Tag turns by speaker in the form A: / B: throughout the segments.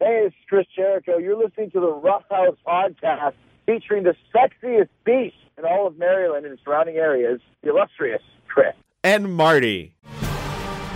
A: Hey, it's Chris Jericho. You're listening to the Rough House podcast featuring the sexiest beast in all of Maryland and surrounding areas, the illustrious Chris.
B: And Marty.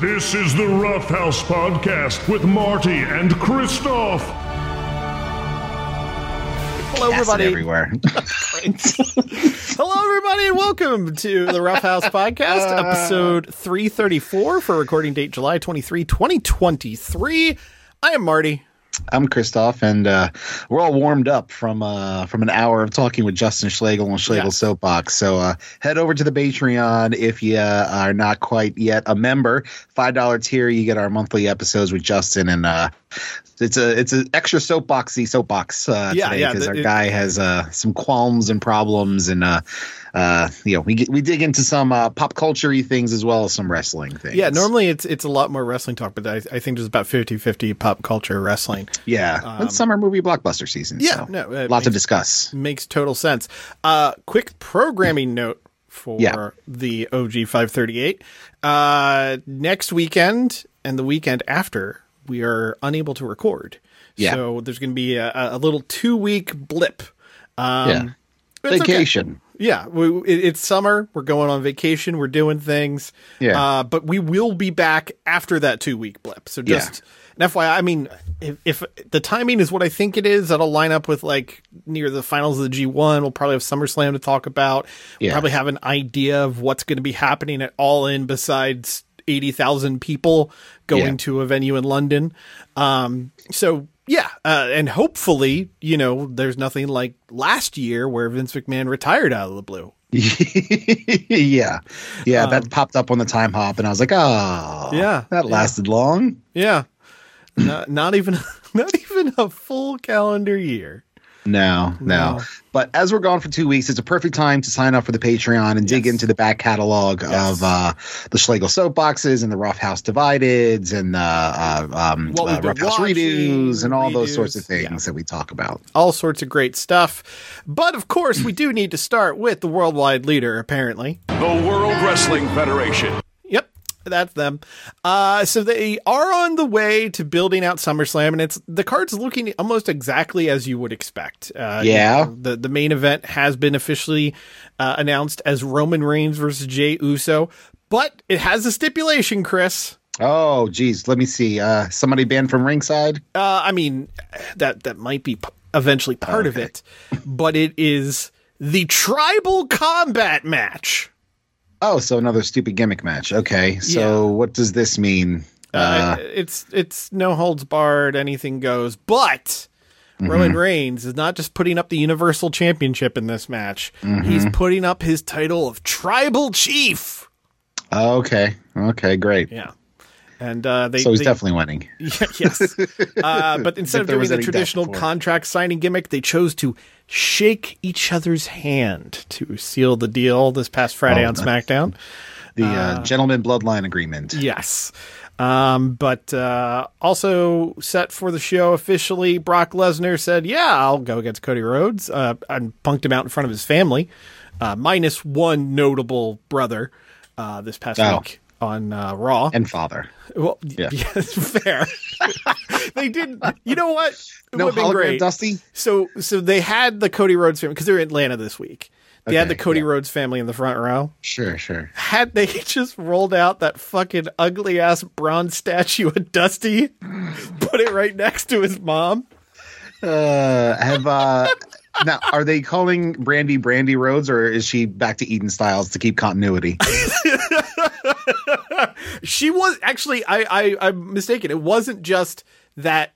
C: This is the Rough House Podcast with Marty and Christoph.
B: Hello, everybody.
D: everywhere.
B: Hello, everybody, and welcome to the Rough House Podcast, episode 334 for recording date July 23, 2023. I am Marty.
D: I'm Christoph, and uh, we're all warmed up from uh, from an hour of talking with Justin Schlegel on Schlegel's
B: Yeah.
D: Soapbox. So uh, head over to the Patreon if you uh, are not quite yet a member. Five dollar tier, you get our monthly episodes with Justin, and uh, it's a it's an extra soapboxy soapbox uh,
B: Yeah, yeah,
D: because
B: the-
D: our
B: it-
D: guy has uh, some qualms and problems, and uh, uh, you know we get, we dig into some uh, pop culture things as well as some wrestling things.
B: Yeah, normally it's it's a lot more wrestling talk, but I, I think there's about 50 50 pop culture wrestling.
D: yeah, it's summer movie blockbuster season.
B: Um, Yeah,
D: so
B: no, uh, it
D: lots to
B: makes-
D: discuss.
B: Makes total sense. Uh, quick programming note for
D: Yeah.
B: the OG 538. Uh, next weekend and the weekend after, we are unable to record.
D: Yeah.
B: So there's going to be a, a little two week blip. Um,
D: Yeah.
B: but it's okay.
D: vacation.
B: Yeah, we, it, it's summer. We're going on vacation. We're doing things.
D: Yeah.
B: Uh, but we will be back after that two week blip. So
D: Yeah.
B: just an FYI, I mean, if, if the timing is what I think it is, that'll line up with like near the finals of the G1. We'll probably have SummerSlam to talk about. We'll
D: Yeah.
B: probably have an idea of what's going to be happening at All In besides 80,000 people going
D: Yeah.
B: to a venue in London. Um, so yeah, uh, and hopefully, you know, there's nothing like last year where Vince McMahon retired out of the blue.
D: yeah. Yeah, that popped up on the time hop and I was like, "Oh,
B: Um, Yeah,
D: That
B: yeah.
D: lasted long?"
B: Yeah, not, not even not even a full calendar year.
D: No, no,
B: No.
D: But as we're gone for 2 weeks, it's a perfect time to sign up for the Patreon and dig
B: Yes.
D: into the back catalog
B: Yes.
D: of uh the Schlegel soapboxes and the Rough House divideds and uh, uh um
B: What we've
D: uh,
B: been
D: Rough House
B: watching,
D: redos and all those sorts
B: redos.
D: of things
B: Yeah.
D: that we talk about.
B: All sorts of great stuff, but of course we do need to start with the worldwide leader. Apparently,
E: The World Wrestling Federation.
B: yep, that's them. Uh, so they are on the way to building out SummerSlam, and it's the card's looking almost exactly as you would expect. Uh, you
D: Yeah.
B: know, the the main event has been officially uh, announced as Roman Reigns versus Jay Uso, but it has a stipulation, Chris.
D: Oh, geez, let me see. Uh somebody banned from ringside?
B: Uh, I mean, that that might be p- eventually part of it, but it is the tribal combat match.
D: Oh, so another stupid gimmick match. Okay. So
B: Yeah.
D: what does this mean?
B: Uh, it's it's no holds barred, anything goes. But
D: Mm-hmm.
B: Roman Reigns is not just putting up the Universal Championship in this match; he's
D: Mm-hmm.
B: putting up his title of Tribal Chief.
D: Okay. Okay. Great.
B: Yeah, and uh, they
D: So he's
B: they-
D: definitely winning.
B: Yeah, yes. Uh, but instead of
D: there
B: doing
D: was
B: the
D: any doubt
B: traditional
D: before.
B: contract signing gimmick, they chose to shake each other's hand to seal the deal this past Friday
D: Oh,
B: on
D: nice.
B: SmackDown.
D: The uh, gentleman bloodline agreement.
B: Yes. Um, but uh, also set for the show officially, Brock Lesnar said, Yeah, I'll go against Cody Rhodes. Uh, and punked him out in front of his family, uh, minus one notable brother uh, this past
D: Oh.
B: week on uh, Raw.
D: And father.
B: Well, yeah, fair. they did. You know what? It
D: No
B: would've been
D: hologram,
B: great.
D: Dusty?
B: So, so they had the Cody Rhodes family because they're in Atlanta this week. They had the
D: Okay,
B: Cody
D: yeah.
B: Rhodes family in the front row.
D: Sure, sure.
B: Had they just rolled out that fucking ugly ass bronze statue of Dusty, put it right next to his mom.
D: Uh, have uh, now are they calling Brandy Brandy Rhodes or is she back to Eden Styles to keep continuity?
B: She was actually, I, I, I'm mistaken. It wasn't just that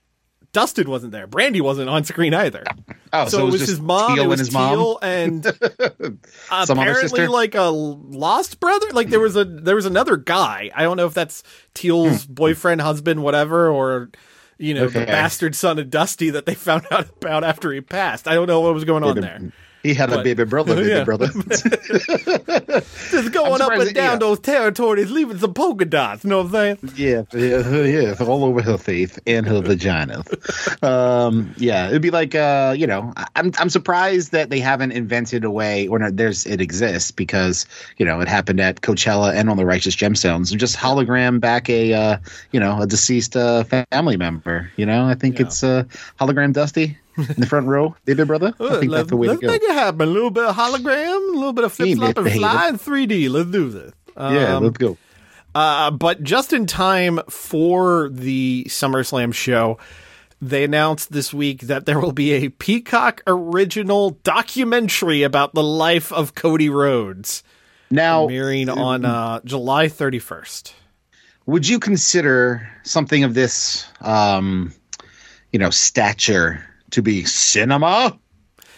B: Dustin wasn't there. Brandy wasn't on screen either.
D: Oh,
B: so, it was, his mom.
D: Teal
B: It was
D: and his
B: Teal
D: mom.
B: and
D: Some other
B: apparently
D: sister?
B: like a lost brother. Like there was a there was another guy. I don't know if that's Teal's boyfriend, husband, whatever, or you know, the
D: Hmm. Okay.
B: bastard son of Dusty that they found out about after he passed. I don't know what was going on there.
D: He had
B: But-
D: a baby brother, baby
B: Yeah.
D: brother.
B: Just going up and
D: surprised that-
B: down
D: yeah.
B: those territories, leaving some polka dots. You know what I'm saying?
D: yeah, yeah, yeah, all over her teeth and her vagina. Um, yeah, it'd be like, uh, you know, I- I'm I'm surprised that they haven't invented a way, or not, there's it exists because you know it happened at Coachella and on the Righteous Gemstones, and just hologram back a uh, you know a deceased uh, family member. You know, I think it's uh, hologram Dusty in the front row, baby brother. I think that's
B: let's
D: the way to
B: let's
D: go.
B: make it happen. A little bit of hologram, a little bit of flip flop and
D: Baby.
B: fly in 3D. Let's do this.
D: yeah, let's go.
B: Uh, but just in time for the SummerSlam show, they announced this week that there will be a Peacock original documentary about the life of Cody Rhodes,
D: Now,
B: premiering on uh, July 31st.
D: would you consider something of this um you know stature to be cinema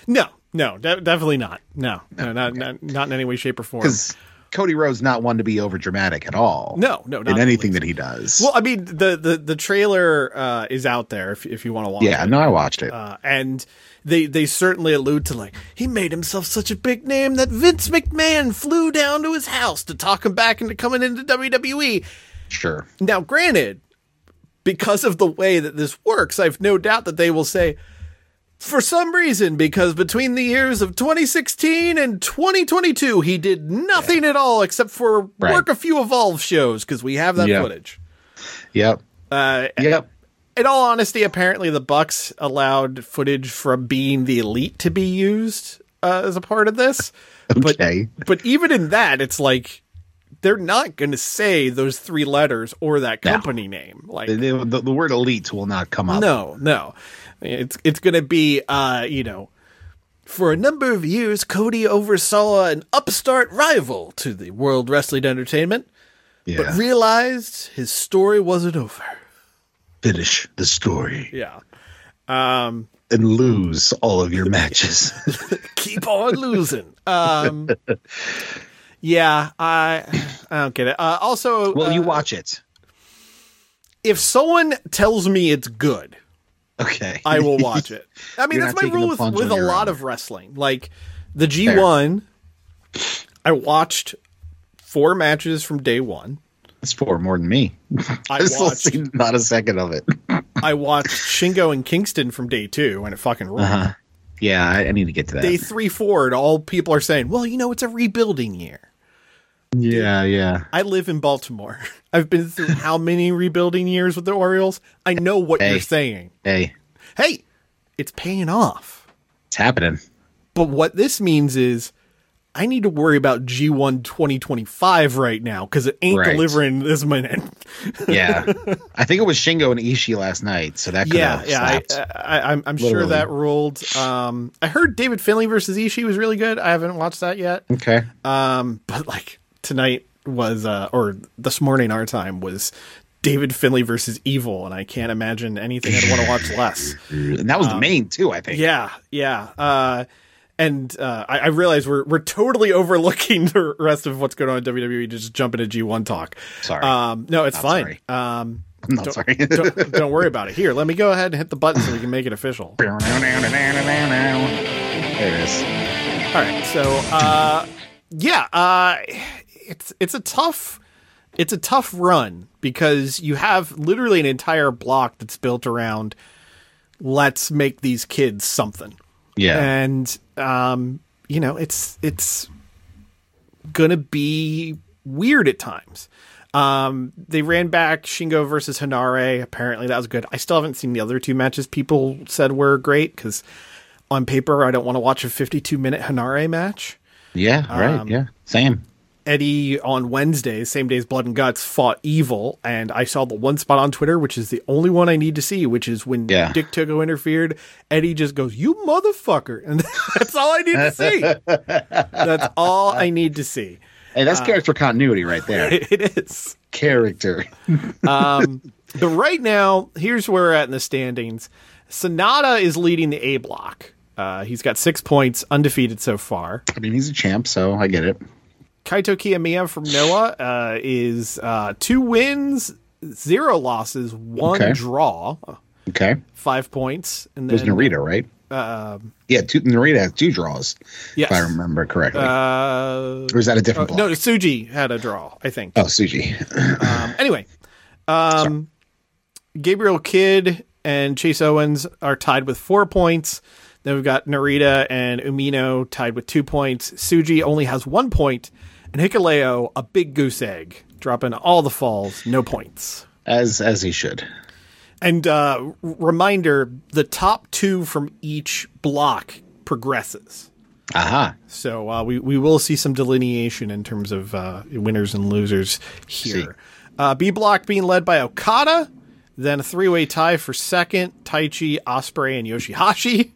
B: No, no, de- definitely not. No, no, not, not not in any way, shape, or form.
D: because cody rhodes not one to be over dramatic at all
B: No, no, not
D: in anything
B: really.
D: that he does
B: Well, I mean, the the the trailer uh, is out there if if you want to watch.
D: yeah
B: it.
D: no i watched it
B: Uh, and they they certainly allude to like he made himself such a big name that Vince McMahon flew down to his house to talk him back into coming into WWE.
D: sure
B: Now, granted, because of the way that this works, I've no doubt that they will say for some reason because between the years of 2016 and 2022 he did nothing at all except for
D: Right.
B: work a few evolve shows because we have that
D: Yeah.
B: footage.
D: yep
B: Uh,
D: yep
B: in all honesty, apparently the Bucks allowed footage from being the elite to be used uh, as a part of this.
D: Okay.
B: But but even in that, it's like they're not going to say those three letters or that company name. Like
D: the, the, the word elite will not come up
B: no, no, it's it's going to be uh, you know. For a number of years, Cody oversaw an upstart rival to the World Wrestling Entertainment,
D: yeah.
B: but realized his story wasn't over.
D: finish the story
B: Yeah. Um,
D: and lose all of your matches
B: Uh, keep on losing. Um, yeah, I I don't get it. Uh, also,
D: well
B: uh,
D: you watch it
B: if someone tells me it's good,
D: okay
B: I will watch it. I mean,
D: You're
B: that's
D: not
B: my
D: taking
B: rule
D: the
B: with,
D: plunge
B: with
D: on
B: a
D: your
B: lot
D: own.
B: of wrestling. Like the G1, I watched four matches from day one.
D: it's for more than me
B: I
D: i've still
B: watched
D: seen not a second of it
B: I watched Shingo and Kingston from day two, and it fucking ruled.
D: Uh-huh. yeah I, I need to get to that
B: Day three forward, all people are saying, "Well, you know, it's a rebuilding year."
D: yeah yeah
B: I live in Baltimore. I've been through how many rebuilding years with the Orioles? I know what
D: Hey.
B: you're saying.
D: hey
B: Hey, it's paying off.
D: it's happening
B: But what this means is I need to worry about G1 2025 right now because it ain't
D: Right.
B: delivering this minute.
D: yeah, I think it was Shingo and Ishii last night, so that could
B: yeah,
D: have
B: yeah. I, uh,
D: slapped.
B: I, I, I'm, I'm sure
D: Literally.
B: that ruled. Um, I heard David Finley versus Ishii was really good. I haven't watched that yet.
D: okay,
B: Um, but like tonight was, uh, or this morning our time was David Finley versus Evil, and I can't imagine anything I'd want to watch less.
D: and that was the main too. I think.
B: Um, Yeah, yeah. Uh, and uh, I, I realize we're we're totally overlooking the rest of what's going on in WWE. Just jump into G one talk.
D: Sorry.
B: Um, no, it's fine.
D: sorry.
B: Um,
D: I'm not sorry.
B: don't, don't worry about it. Here, let me go ahead and hit the button so we can make it official.
D: there it is.
B: All right. So, uh, yeah, uh, it's it's a tough it's a tough run because you have literally an entire block that's built around let's make these kids something,
D: Yeah,
B: and um, you know it's it's gonna be weird at times. Um, they ran back Shingo versus Hanare. Apparently, that was good. I still haven't seen the other two matches people said were great because on paper, I don't want to watch a 52 minute Hanare match.
D: yeah, right,
B: um,
D: yeah, same.
B: Eddie on Wednesday, same day as Blood and Guts, fought Evil, and I saw the one spot on Twitter, which is the only one I need to see, which is when
D: Yeah.
B: Dick Togo interfered. Eddie just goes, "You motherfucker," and that's all I need to see. that's all I need to see.
D: Hey,
B: uh,
D: that's character continuity right there.
B: It is.
D: character.
B: But right now, here's where we're at in the standings. Sonata is leading the A block. Uh, he's got six points, undefeated so far.
D: I mean, he's a champ, so I get it.
B: Kaito Kiyomiya from Noah uh, is uh, two wins, zero losses, one
D: Okay.
B: draw.
D: Okay.
B: five points, and
D: It was
B: then
D: Narita, right? yeah, two, Narita has two draws,
B: Yes.
D: if I remember correctly.
B: Uh,
D: or is that a different block?
B: no, Suji had a draw, I think.
D: Oh, Suji.
B: Um, anyway, um, Gabriel Kidd and Chase Owens are tied with four points. Then we've got Narita and Umino tied with two points. Suji only has one point, and Hikaleo a big goose egg, dropping all the falls, no points.
D: as as he should.
B: And uh, r- reminder: the top two from each block progresses.
D: Aha.
B: So uh, we we will see some delineation in terms of uh, winners and losers
D: See.
B: here. Uh, B block being led by Okada, then a three way tie for second: Taichi, Osprey, and Yoshihashi.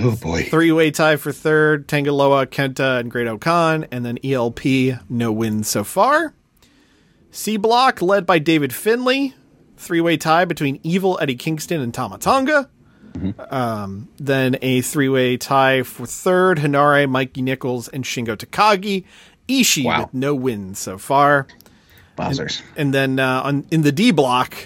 D: Oh boy.
B: Three way tie for third: Tangaloa, Kenta, and Great Okan, and then ELP. No wins so far. C block led by David Finley. Three way tie between Evil, Eddie Kingston, and Tamatanga. Um, then a three way tie for third Hinare, Mikey Nichols, and Shingo Takagi. Ishii
D: Wow.
B: with no wins so far.
D: Bowser's.
B: And then uh, on, in the D block,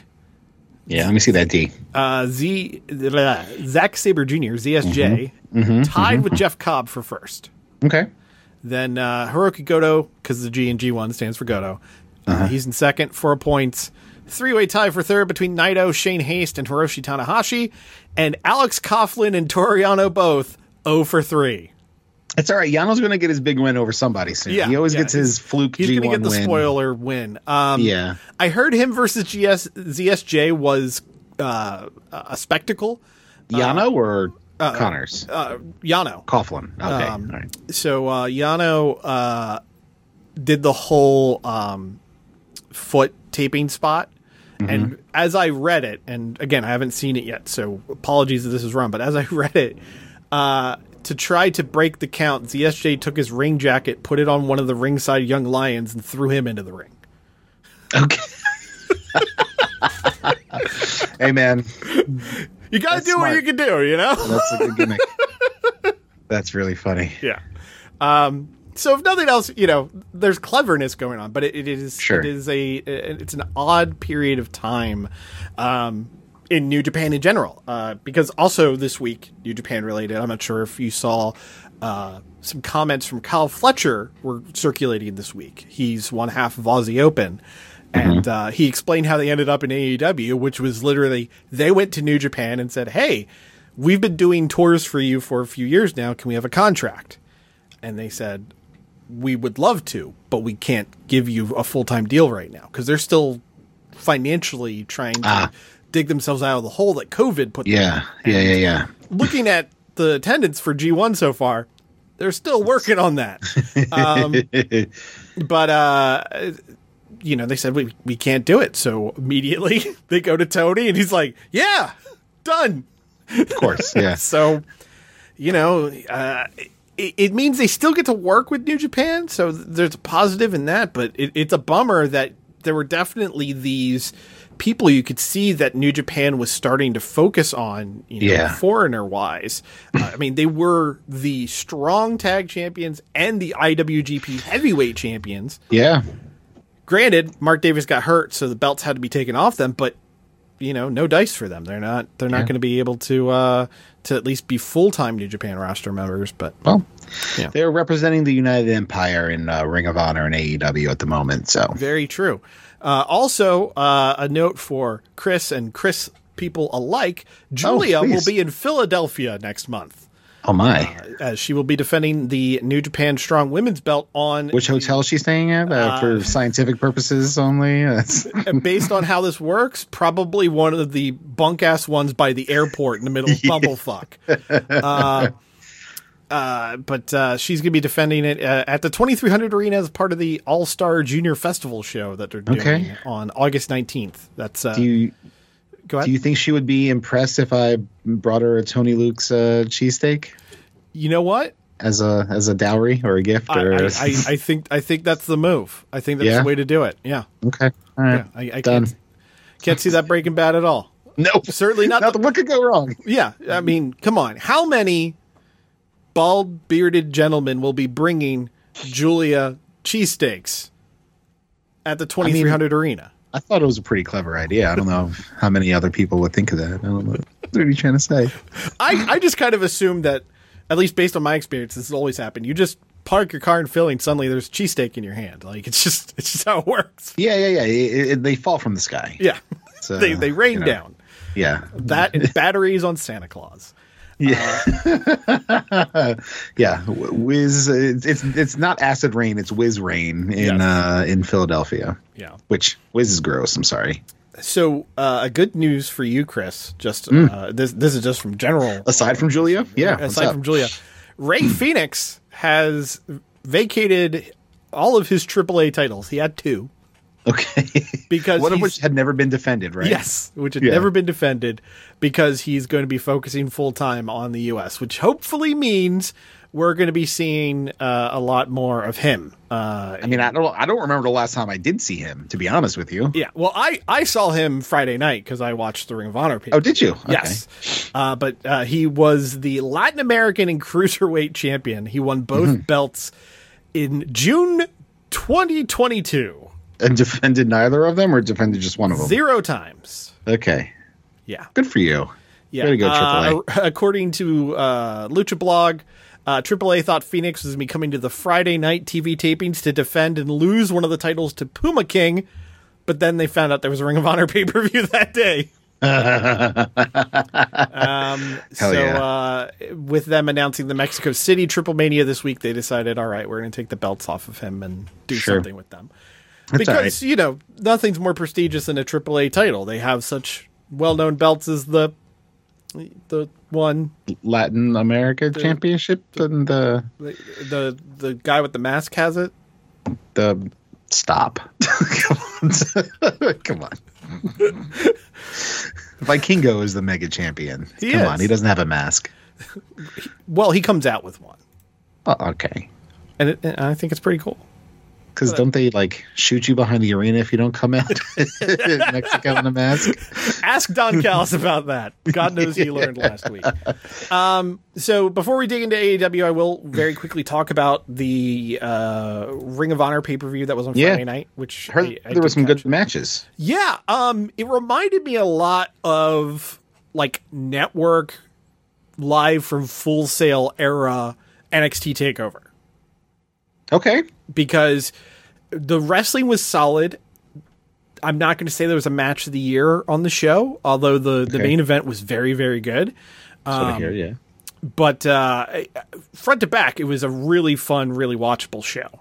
D: Yeah, let me see that D.
B: uh, Z, uh, Zack Sabre Jr., ZSJ, tied with Jeff Cobb for first.
D: Okay.
B: Then uh, Hiroki Goto, because the G and G1 stands for Goto. Uh, he's in second, four points. Three way tie for third between Naito, Shane Haste, and Hiroshi Tanahashi. And Alex Coughlin and Toriano both 0 for 3.
D: It's all right. Yano's going to get his big win over somebody soon.
B: Yeah,
D: he always
B: yeah.
D: gets his fluke
B: He's
D: G1
B: going to get the
D: win.
B: spoiler win. Um,
D: Yeah.
B: I heard him versus GS, ZSJ was uh, a spectacle.
D: Yano or
B: uh,
D: Connors?
B: Yano.
D: Coughlin. Okay. all right.
B: so uh, Yano uh, did the whole um, foot taping spot.
D: Mm-hmm.
B: And as I read it, and again, I haven't seen it yet, so apologies if this is wrong, but as I read it, uh, to try to break the count, ZSJ took his ring jacket, put it on one of the ringside young lions, and threw him into the ring.
D: Okay. hey, man.
B: You got to
D: That's
B: do what
D: smart.
B: you can do, you know?
D: That's a good gimmick. That's really funny.
B: yeah. Um, so if nothing else, you know, there's cleverness going on, but it, it is
D: Sure.
B: it is a it's an odd period of time um, in New Japan in general uh, because also this week New Japan related. I'm not sure if you saw uh, some comments from Kyle Fletcher were circulating this week. He's one half of Aussie Open. And uh, he explained how they ended up in AEW, which was literally they went to New Japan and said, "Hey, we've been doing tours for you for a few years now. Can we have a contract?" and they said we would love to but we can't give you a full-time deal right now because they're still financially trying to dig themselves out of the hole that covid put them
D: Yeah. Yeah. Yeah. Yeah.
B: in. looking at the attendance for g1 so far they're still working on that um, but uh, you know they said we, we can't do it so immediately they go to tony and he's like yeah done
D: Of course. Yeah.
B: so, you know, uh, it, it means they still get to work with New Japan. So th- there's a positive in that, but it, it's a bummer that there were definitely these people you could see that New Japan was starting to focus on, you know,
D: Yeah.
B: foreigner wise. Uh, I mean, they were the strong tag champions and the IWGP heavyweight champions
D: Yeah.
B: granted, Mark Davis got hurt, so the belts had to be taken off them. But you know, no dice for them. They're not. They're not going to be able to uh, to at least be full time New Japan roster members. But
D: Well,
B: Yeah.
D: they're representing the United Empire in uh, Ring of Honor and AEW at the moment. So
B: very true. Uh, also, uh, a note for Chris and Chris people alike: Julia will
D: please.
B: be in Philadelphia next month.
D: Oh my!
B: As she will be defending the New Japan Strong Women's Belt on
D: Which hotel is she staying at uh, for scientific purposes only? That's,
B: and based on how this works, probably one of the bunk ass ones by the airport in the middle of Bumblefuck. Uh, uh, but uh, she's going to be defending it uh, at the 2300 Arena as part of the All Star Junior Festival show that they're doing
D: Okay.
B: on August 19th. That's uh,
D: do you
B: go ahead.
D: do you think she would be impressed if I brought her a Tony Luke's uh, cheesesteak
B: you know what?
D: as a as a dowry or a gift?
B: I,
D: Or
B: I, I, I think I think that's the move. I think that's
D: Yeah?
B: the way to do it. Yeah,
D: okay, all right,
B: yeah. I, I
D: done.
B: can't can't see that Breaking Bad at all.
D: Nope,
B: Certainly not
D: Nothing, what could go wrong?
B: Yeah,
D: Mm-hmm.
B: I mean, come on. How many bald bearded gentlemen will be bringing Julia cheesesteaks at the 2300 arena?
D: I thought it was a pretty clever idea. I don't know how many other people would think of that. I don't know. What are you trying to say?
B: I, I just kind of assumed that, at least based on my experience, this has always happened. You just park your car in Philly and suddenly there's cheesesteak in your hand. Like it's just it's just how it works.
D: Yeah, yeah, yeah. It, it, they fall from the sky.
B: Yeah.
D: So,
B: they they rain
D: uh, you know,
B: down.
D: Yeah,
B: That and batteries on Santa Claus.
D: yeah, yeah. Wh- Whiz. It's it's- it's not acid rain. It's whiz rain in
B: Yes.
D: uh in Philadelphia.
B: Yeah.
D: Which whiz is gross. I'm sorry.
B: So uh, a good news for you, Chris. Just
D: Mm.
B: uh, this this is just from general.
D: Aside from Julia, yeah. what's
B: aside
D: up?
B: from Julia, Ray Phoenix has vacated all of his AAA titles. He had two
D: okay.
B: because
D: One of
B: he's-
D: which had never been defended, right?
B: Yes, which had
D: Yeah.
B: never been defended because he's going to be focusing full time on the U.S., which hopefully means we're going to be seeing uh, a lot more of him. Uh,
D: I mean, I don't. I don't remember the last time I did see him. To be honest with you.
B: yeah, well, I, I saw him Friday night because I watched the Ring of Honor. Pay-per-view.
D: Oh, did you? Okay.
B: Yes, uh, but uh, he was the Latin American and cruiserweight champion. He won both belts in June 2022,
D: And defended neither of them, or defended just one of them.
B: zero times.
D: Okay.
B: Yeah.
D: Good for you.
B: Yeah,
D: Way to go,
B: uh,
D: AAA.
B: a- according to uh, Lucha Blog, uh, AAA thought Phoenix was going to be coming to the Friday night TV tapings to defend and lose one of the titles to Puma King, but then they found out there was a Ring of Honor pay per view that day. um, so,
D: yeah.
B: uh, with them announcing the Mexico City Triple Mania this week, they decided, all right, we're going to take the belts off of him and do
D: Sure.
B: something with them
D: all
B: because you know nothing's more prestigious than a AAA title. They have such well-known belts as the the one
D: Latin America Championship and uh, the
B: the the, the guy with the mask has it.
D: the stop. Come on, come on. Vikingo is the mega champion.
B: He
D: come
B: is.
D: on, he doesn't have a mask.
B: Well, he comes out with one,
D: Oh, okay,
B: and, it, and I think it's pretty cool.
D: because don't they like shoot you behind the arena if you don't come out? Mexico in a mask.
B: Ask Don Callis about that. God knows he learned last week. Um, so before we dig into AEW, I will very quickly talk about the uh, Ring of Honor pay per view that was on
D: Yeah.
B: Friday night, which
D: Heard
B: I- I
D: there were
B: did
D: some
B: catch.
D: good matches.
B: Yeah, um, it reminded me a lot of like network live from Full Sail era NXT Takeover
D: Okay,
B: because the wrestling was solid. I'm not going to say there was a match of the year on the show, although the the
D: Okay.
B: main event was very very good.
D: sort of
B: Um,
D: here, yeah.
B: But uh, front to back, it was a really fun, really watchable show.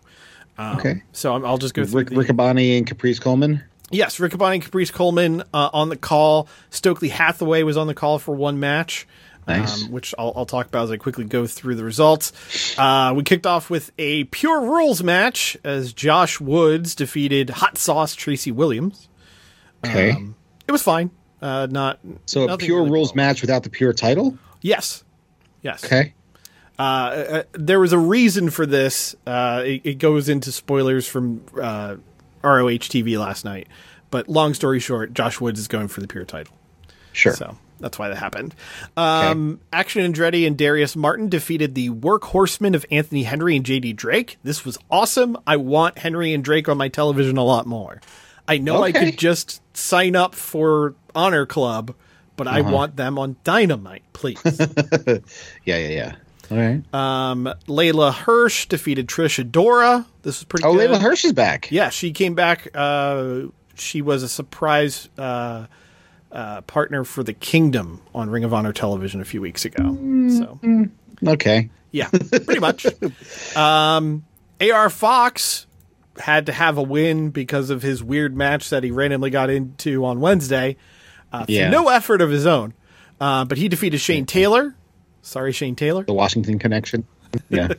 D: okay,
B: um, So I'm, I'll just go through
D: Rick,
B: the-
D: Riccaboni and Caprice Coleman.
B: Yes, Riccaboni and Caprice Coleman uh, on the call. Stokely Hathaway was on the call for one match,
D: Nice.
B: um, which I'll, I'll talk about as I quickly go through the results. Uh, we kicked off with a pure rules match as Josh Woods defeated Hot Sauce Tracy Williams.
D: Okay,
B: It was fine. Uh, not
D: so a
B: Um, nothing
D: pure
B: really
D: rules
B: wrong.
D: match without the pure title.
B: Yes, yes.
D: Okay,
B: there was a reason for this. Uh, it, it goes into spoilers from uh, ROH TV last night. But long story short, Josh Woods is going for the pure title.
D: sure.
B: So that's why that happened. Um, Action Andretti and Darius Martin defeated the workhorsemen of Anthony Henry and JD Drake. This was awesome. I want Henry and Drake on my television a lot more. I know I
D: Okay.
B: could just sign up for Honor Club, but I
D: Uh-huh.
B: want them on Dynamite, please.
D: Yeah, yeah, yeah. All right.
B: um, Layla Hirsch defeated Trisha Dora. This was pretty
D: oh,
B: good.
D: Layla Hirsch is back.
B: Yeah, she came back. Uh, she was a surprise uh, uh, partner for the Kingdom on Ring of Honor television a few weeks ago. So,
D: Okay.
B: yeah, pretty much. Um, AR Fox had to have a win because of his weird match that he randomly got into on Wednesday. Uh, through
D: Yeah.
B: No effort of his own. Uh, but he defeated Shane Taylor. Sorry, Shane Taylor.
D: The Washington connection. Yeah.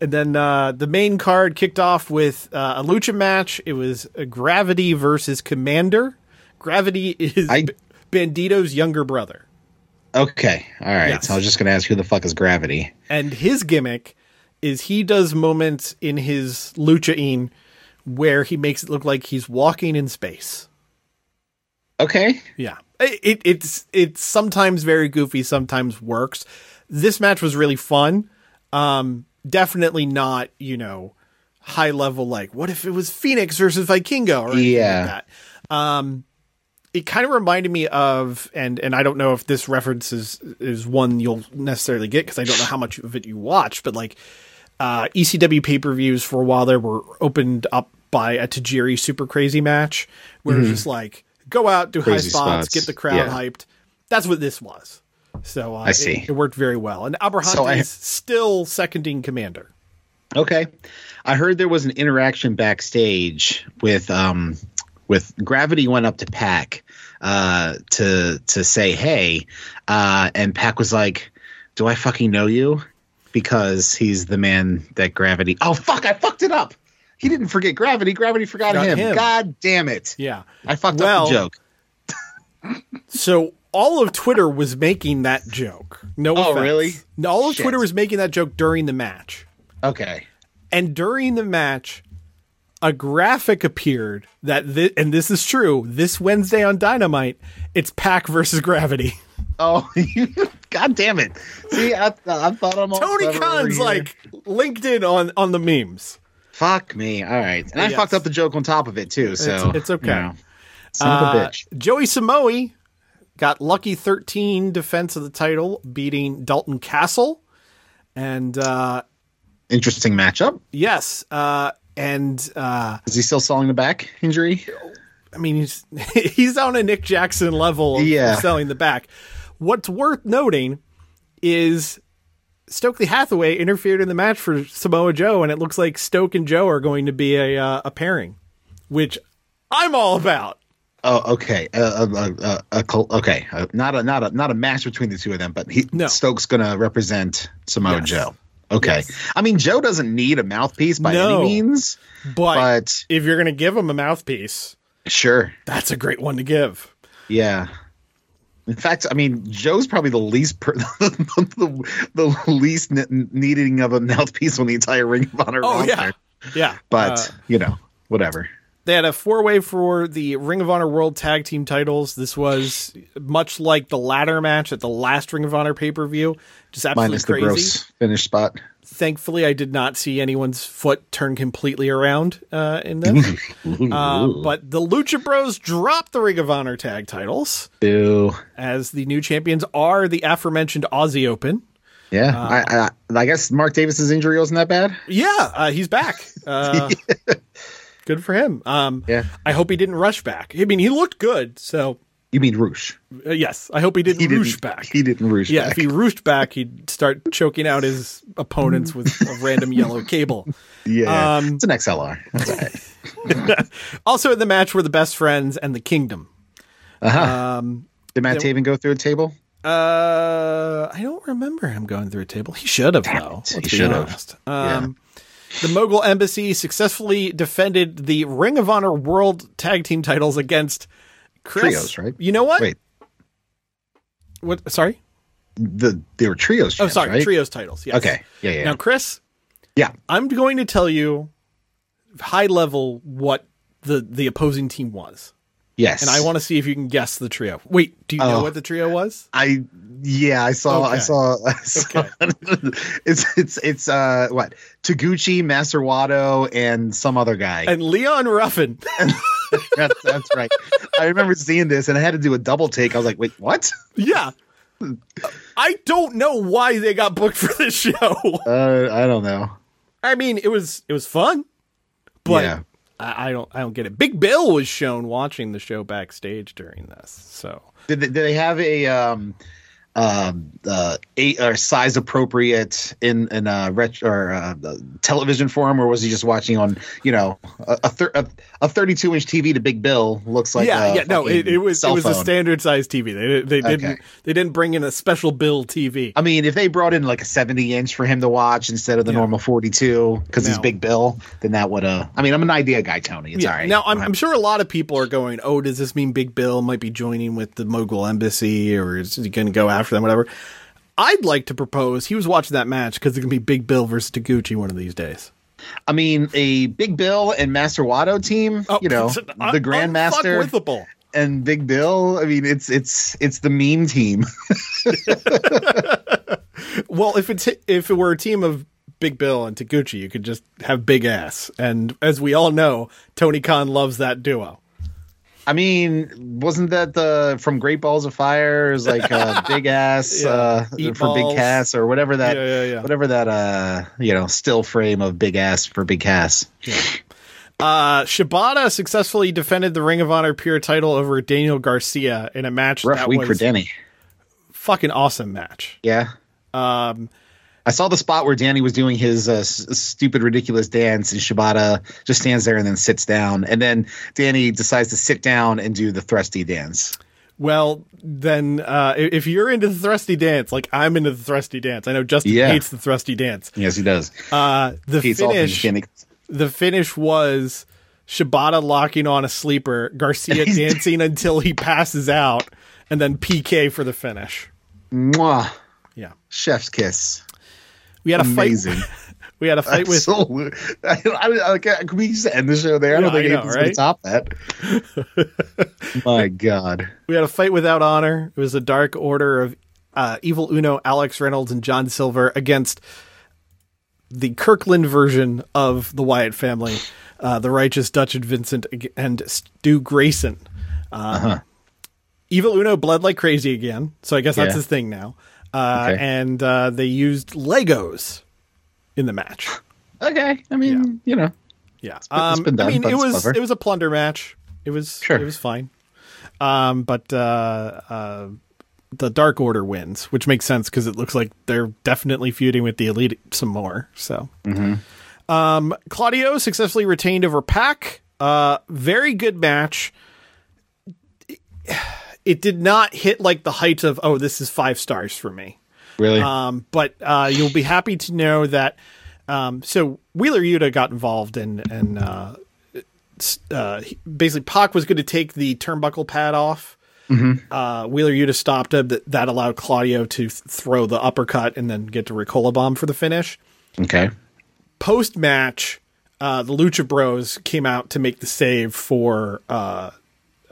B: And then uh, the main card kicked off with uh, a lucha match. It was uh, Gravity versus Commander. Gravity is
D: I-
B: B- Bandito's younger brother,
D: okay. All right.
B: Yes.
D: So I was just going to ask who the fuck is Gravity?
B: and his gimmick is he does moments in his lucha in where he makes it look like he's walking in space.
D: Okay.
B: Yeah, it, it, it's it's sometimes very goofy, sometimes works. This match was really fun. Um, definitely not you know high level like what if it was Phoenix versus Vikingo or anything
D: Yeah.
B: like that. Um, it kind of reminded me of and and I don't know if this reference is is one you'll necessarily get because I don't know how much of it you watch, but like uh, ECW pay per views for a while there were opened up by a Tajiri super crazy match where it's just like go out, do high
D: Mm-hmm. Crazy
B: spots,
D: spots,
B: get the crowd
D: yeah.
B: hyped. That's what this was. So uh,
D: I see.
B: It, it worked very well, and Abrahantes
D: So I-
B: is still seconding commander.
D: Okay. I heard there was an interaction backstage with um with Gravity went up to Pac uh to to say hey uh and Pac was like, Do I fucking know you? Because he's the man that Gravity Oh fuck, I fucked it up. He didn't forget Gravity, Gravity forgot
B: Got
D: him.
B: him.
D: God damn it.
B: Yeah.
D: I fucked
B: Well-
D: up the joke.
B: So all of Twitter was making that joke. No,
D: Oh,
B: offense.
D: really?
B: No, all of
D: Shit.
B: Twitter was making that joke during the match,
D: Okay.
B: and during the match, a graphic appeared that, thi- and this is true. This Wednesday on Dynamite, it's Pac versus Gravity.
D: Oh, God damn it! See, I, I thought I'm all
B: Tony
D: clever over
B: Khan's
D: here.
B: like linked in on on the memes.
D: Fuck me. All right. And I
B: Yes.
D: fucked up the joke on top of it too. So
B: it's okay.
D: Son of a
B: Uh,
D: bitch.
B: Joey Samoe got lucky 13 defense of the title, beating Dalton Castle. And uh,
D: Interesting matchup.
B: yes, uh, and uh,
D: Is he still selling the back injury?
B: I mean he's he's on a Nick Jackson level of
D: Yeah.
B: selling the back. What's worth noting is Stokely Hathaway interfered in the match for Samoa Joe, and it looks like Stoke and Joe are going to be a uh, a pairing, which I'm all about.
D: Oh, okay. Uh, uh, uh, uh, a col- okay. Uh, not a not a not a match between the two of them, but he,
B: No.
D: Stokes gonna represent Samoa
B: Yes.
D: Joe. Okay. I mean, Joe doesn't need a mouthpiece by
B: No.
D: any means.
B: But,
D: But-
B: if you're going to give him a mouthpiece,
D: Sure.
B: that's a great one to give.
D: Yeah. In fact, I mean, Joe's probably the least per- the, the, the least ne- needing of a mouthpiece on the entire Ring of Honor
B: Oh
D: roster.
B: yeah, Uh, yeah.
D: but you know whatever
B: They had a four way for the Ring of Honor World Tag Team titles. This was much like the ladder match at the last Ring of Honor pay per view. Just absolutely
D: minus the
B: crazy.
D: gross finish spot
B: Thankfully, I did not see anyone's foot turn completely around uh, in this. Uh, but the Lucha Bros dropped the Ring of Honor tag titles
D: Boo.
B: as the new champions are the aforementioned Aussie Open.
D: yeah I, I i guess mark davis's injury wasn't that bad
B: uh, Yeah, uh, he's back. Uh, good for him. Um,
D: Yeah.
B: I hope he didn't rush back. I mean, he looked good, so
D: you mean roosh
B: Uh, yes, I hope he didn't
D: he
B: roosh
D: didn't
B: back.
D: he didn't roosh
B: yeah,
D: back.
B: if he rooshed back, he'd start choking out his opponents with a random yellow cable.
D: yeah
B: um,
D: it's an xlr that's all right
B: Also, in the match were the best friends and the kingdom.
D: did matt taven go through a table
B: Uh, I don't remember him going through a table. He should have though.
D: it.
B: Let's
D: He
B: be
D: should have.
B: honest. Um, The Mogul Embassy successfully defended the Ring of Honor World Tag Team titles against Chris.
D: Trios, right?
B: You know what?
D: wait
B: What? Sorry.
D: the they were trios
B: Oh,
D: champs,
B: sorry.
D: right?
B: Trios titles. Yes.
D: okay yeah yeah
B: Now, Chris,
D: yeah
B: I'm going to tell you high level what the the opposing team was.
D: yes
B: And I want to see if you can guess the trio. Wait, do you know
D: Oh.
B: what the trio was?
D: I yeah, I saw I
B: Okay.
D: saw, I saw it's it's it's uh what Taguchi, Master Wado, and some other guy.
B: And Leon Ruffin.
D: that's, that's right. I remember seeing this and I had to do a double take. I was like, wait, what?
B: yeah. I don't know why they got booked for this show.
D: Uh, I don't know.
B: I mean, it was it was fun, but
D: Yeah.
B: I, I don't I don't get it. Big Bill was shown watching the show backstage during this. So
D: Did they, did they have a um um uh eight or size appropriate in in uh ret- or uh, uh, television form or was he just watching on you know a a, thir- a, a 32 inch TV to Big Bill looks like
B: yeah,
D: a
B: yeah, no, it,
D: fucking
B: it was it
D: cell
B: was a
D: phone.
B: standard size TV. They they didn't
D: Okay.
B: they didn't bring in a special bill TV.
D: I mean, if they brought in like a 70 inch for him to watch instead of the normal 42 because he's
B: No.
D: Big Bill, then that would uh. I mean, I'm an idea guy, Tony. It's all right.
B: Now I'm, I'm sure a lot of people are going, "Oh, does this mean Big Bill might be joining with the Mogul Embassy, or is he going to go after them, whatever?" I'd like to propose he was watching that match because it can be Big Bill versus Taguchi one of these days.
D: I mean, a Big Bill and Master Watto team.
B: Oh,
D: you know, the Grandmaster
B: unfuckwithable.
D: and Big Bill. I mean, it's it's it's the meme team.
B: Well, if it's if it were a team of Big Bill and Taguchi, you could just have big ass. And as we all know, Tony Khan loves that duo.
D: I mean, wasn't that the from Great Balls of Fire? It was like uh, big ass
B: Yeah.
D: uh,
B: Eat
D: for
B: balls.
D: big Cass or whatever that,
B: Yeah, yeah, yeah.
D: whatever that, uh, you know, still frame of big ass for big Cass.
B: Uh, Shibata successfully defended the Ring of Honor Pure title over Daniel Garcia in a match
D: Rough
B: that
D: week
B: was
D: for Denny.
B: fucking awesome match.
D: Yeah.
B: Um,
D: I saw the spot where Danny was doing his uh, s- stupid, ridiculous dance, and Shibata just stands there and then sits down. And then Danny decides to sit down and do the thrusty dance.
B: Well, then, uh, i- if you're into the thrusty dance, like I'm into the thrusty dance, I know Justin
D: Yeah.
B: hates the thrusty dance.
D: Yes, he does.
B: Uh, the
D: He's all
B: finish,
D: mechanics.
B: the finish was Shibata locking on a sleeper, Garcia
D: He's-
B: dancing until he passes out, and then PK for the finish.
D: Mwah.
B: Yeah,
D: Chef's kiss.
B: we had a
D: Amazing.
B: fight. We had a fight with
D: Absolutely. I, I, I, can we just end the show there? I
B: Yeah,
D: don't think
B: I know,
D: anything's
B: right?
D: going to top that. My God.
B: we had a fight without honor. It was the Dark Order of uh, Evil Uno, Alex Reynolds, and John Silver against the Kirkland version of the Wyatt family, uh, the Righteous Dutch and Vincent ag- and Stu Grayson. Uh,
D: Uh-huh.
B: Evil Uno bled like crazy again, so I guess that's
D: Yeah.
B: his thing now. Uh,
D: Okay.
B: And uh, they used Legos in the match.
D: Okay. I mean, you know.
B: Yeah, Um,
D: been- it's been done,
B: I mean,
D: but
B: it
D: it's
B: was
D: clever.
B: it was a plunder match. It was
D: Sure.
B: it was fine. Um, but uh, uh, the Dark Order wins, which makes sense because it looks like they're definitely feuding with the Elite some more. So,
D: Mm-hmm.
B: um, Claudio successfully retained over Pac. Uh, very good match. It did not hit like the heights of oh, this is five stars for me.
D: Really?
B: Um, but uh, you'll be happy to know that. Um, so Wheeler Yuta got involved and and uh, s- uh, he- basically Pac was going to take the turnbuckle pad off. Uh, Wheeler Yuta stopped him. That, that allowed Claudio to th- throw the uppercut and then get to Ricola bomb for the finish.
D: okay.
B: Post match, uh, the Lucha Bros came out to make the save for uh,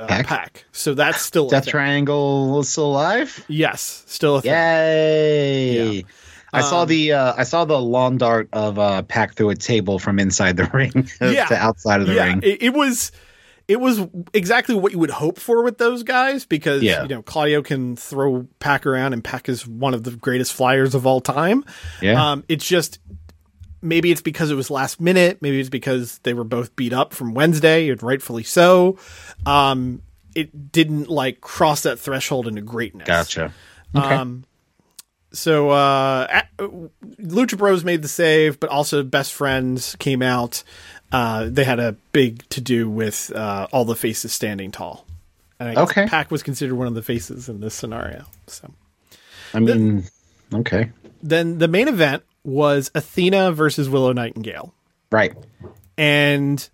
D: Pac?
B: Pac. So that's still a
D: Death
B: thing.
D: Triangle is still alive?
B: Yes, still a thing.
D: Yay. I
B: Um,
D: saw the uh, I saw the lawn dart of uh, Pack through a table from inside the ring
B: Yeah.
D: to outside of the
B: yeah,
D: ring.
B: It, it was it was exactly what you would hope for with those guys because
D: Yeah.
B: you know Claudio can throw Pack around and Pack is one of the greatest flyers of all time.
D: Yeah.
B: Um, it's just maybe it's because it was last minute, maybe it's because they were both beat up from Wednesday, and rightfully so. Um, it didn't like cross that threshold into greatness.
D: gotcha. Okay.
B: So uh, at- Lucha Bros made the save, but also Best Friends came out. Uh, they had a big to do with uh, all the faces standing tall. And I guess
D: Okay.
B: Pac was considered one of the faces in this scenario. So
D: I mean, okay.
B: then the main event was Athena versus Willow Nightingale,
D: Right.
B: and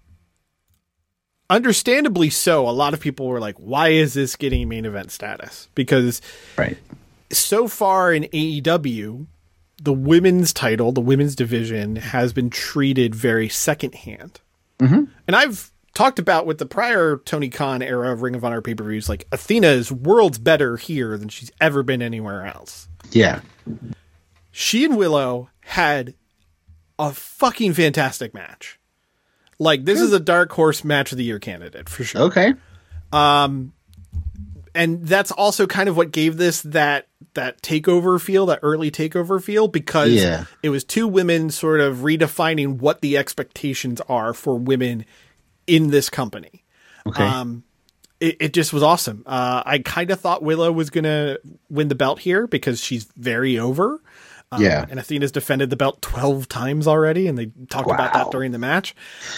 B: understandably so, a lot of people were like, "Why is this getting main event status?" Because
D: Right.
B: so far in AEW, the women's title, the women's division, has been treated very secondhand. Mm-hmm. And I've talked about with the prior Tony Khan era of Ring of Honor pay per views, like Athena is worlds better here than she's ever been anywhere else.
D: Yeah.
B: She and Willow had a fucking fantastic match. Like this is a dark horse match of the year candidate for sure
D: Okay.
B: and that's also kind of what gave this that that takeover feel, that early takeover feel, because
D: Yeah.
B: it was two women sort of redefining what the expectations are for women in this company.
D: Okay.
B: Um, It, it just was awesome. Uh, I kind of thought Willow was gonna win the belt here because she's very over. Um,
D: Yeah.
B: and Athena's defended the belt twelve times already, and they talked about
D: Wow.
B: that during the match.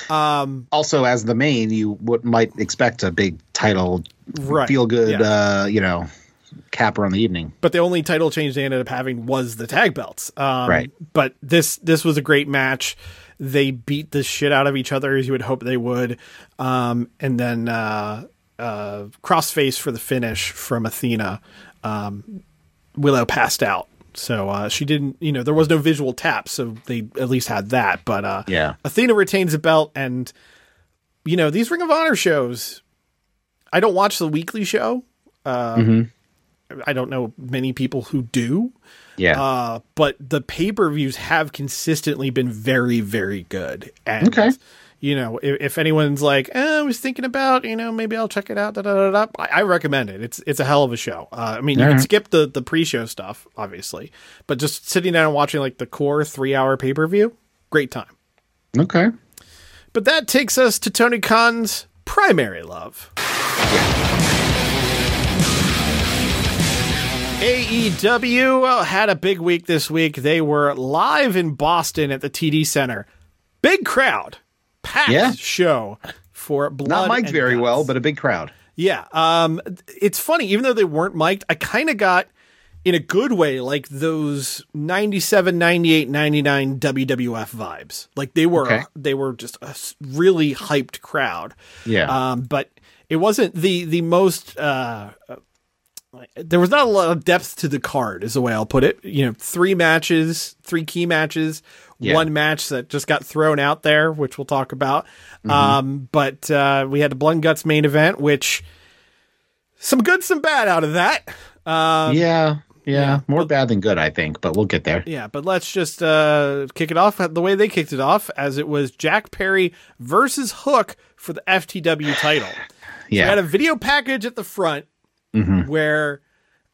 D: also as the main, you would might expect a big title,
B: Right.
D: feel good,
B: Yeah.
D: uh, you know, capper on the evening.
B: but the only title change they ended up having was the tag belts. Um,
D: Right.
B: But this this was a great match. They beat the shit out of each other as you would hope they would, um, and then uh, uh, crossface for the finish from Athena. Um, Willow passed out, so uh, she didn't. You know, there was no visual tap, so they at least had that. But uh,
D: Yeah.
B: Athena retains the belt, and you know these Ring of Honor shows. I don't watch the weekly show, Uh, I don't know many people who do.
D: Yeah.
B: Uh, but the pay per views have consistently been very, very good. And,
D: Okay.
B: you know, if, if anyone's like, eh, I was thinking about, you know, maybe I'll check it out, da, da, da, da, I, I recommend it. It's it's a hell of a show. Uh, I mean, you can skip the, the pre show stuff, obviously, but just sitting down and watching like the core three hour pay per view, great time.
D: okay.
B: But that takes us to Tony Khan's primary love. AEW E well, had a big week this week. They were live in Boston at the TD Center. Big crowd, packed
D: Yeah.
B: show for blood.
D: Not mic'd
B: and
D: very
B: guts.
D: well, but a big crowd.
B: Yeah. Um it's funny, even though they weren't mic'd, I kind of got in a good way like those 97, 98, 99 WWF vibes. Like they were
D: Okay.
B: they were just a s- really hyped crowd.
D: Yeah.
B: Um but it wasn't the the most uh there was not a lot of depth to the card is the way I'll put it. You know, three matches, three key matches,
D: Yeah.
B: one match that just got thrown out there, which we'll talk about. Um, but uh, we had the Blood and Guts main event, which some good, some bad out of that. Um,
D: yeah. Yeah. More bad than good, I think, but we'll get there.
B: yeah, but let's just uh, kick it off the way they kicked it off, as it was Jack Perry versus Hook for the FTW title. We had
D: Yeah. Mm-hmm.
B: a video package at the front where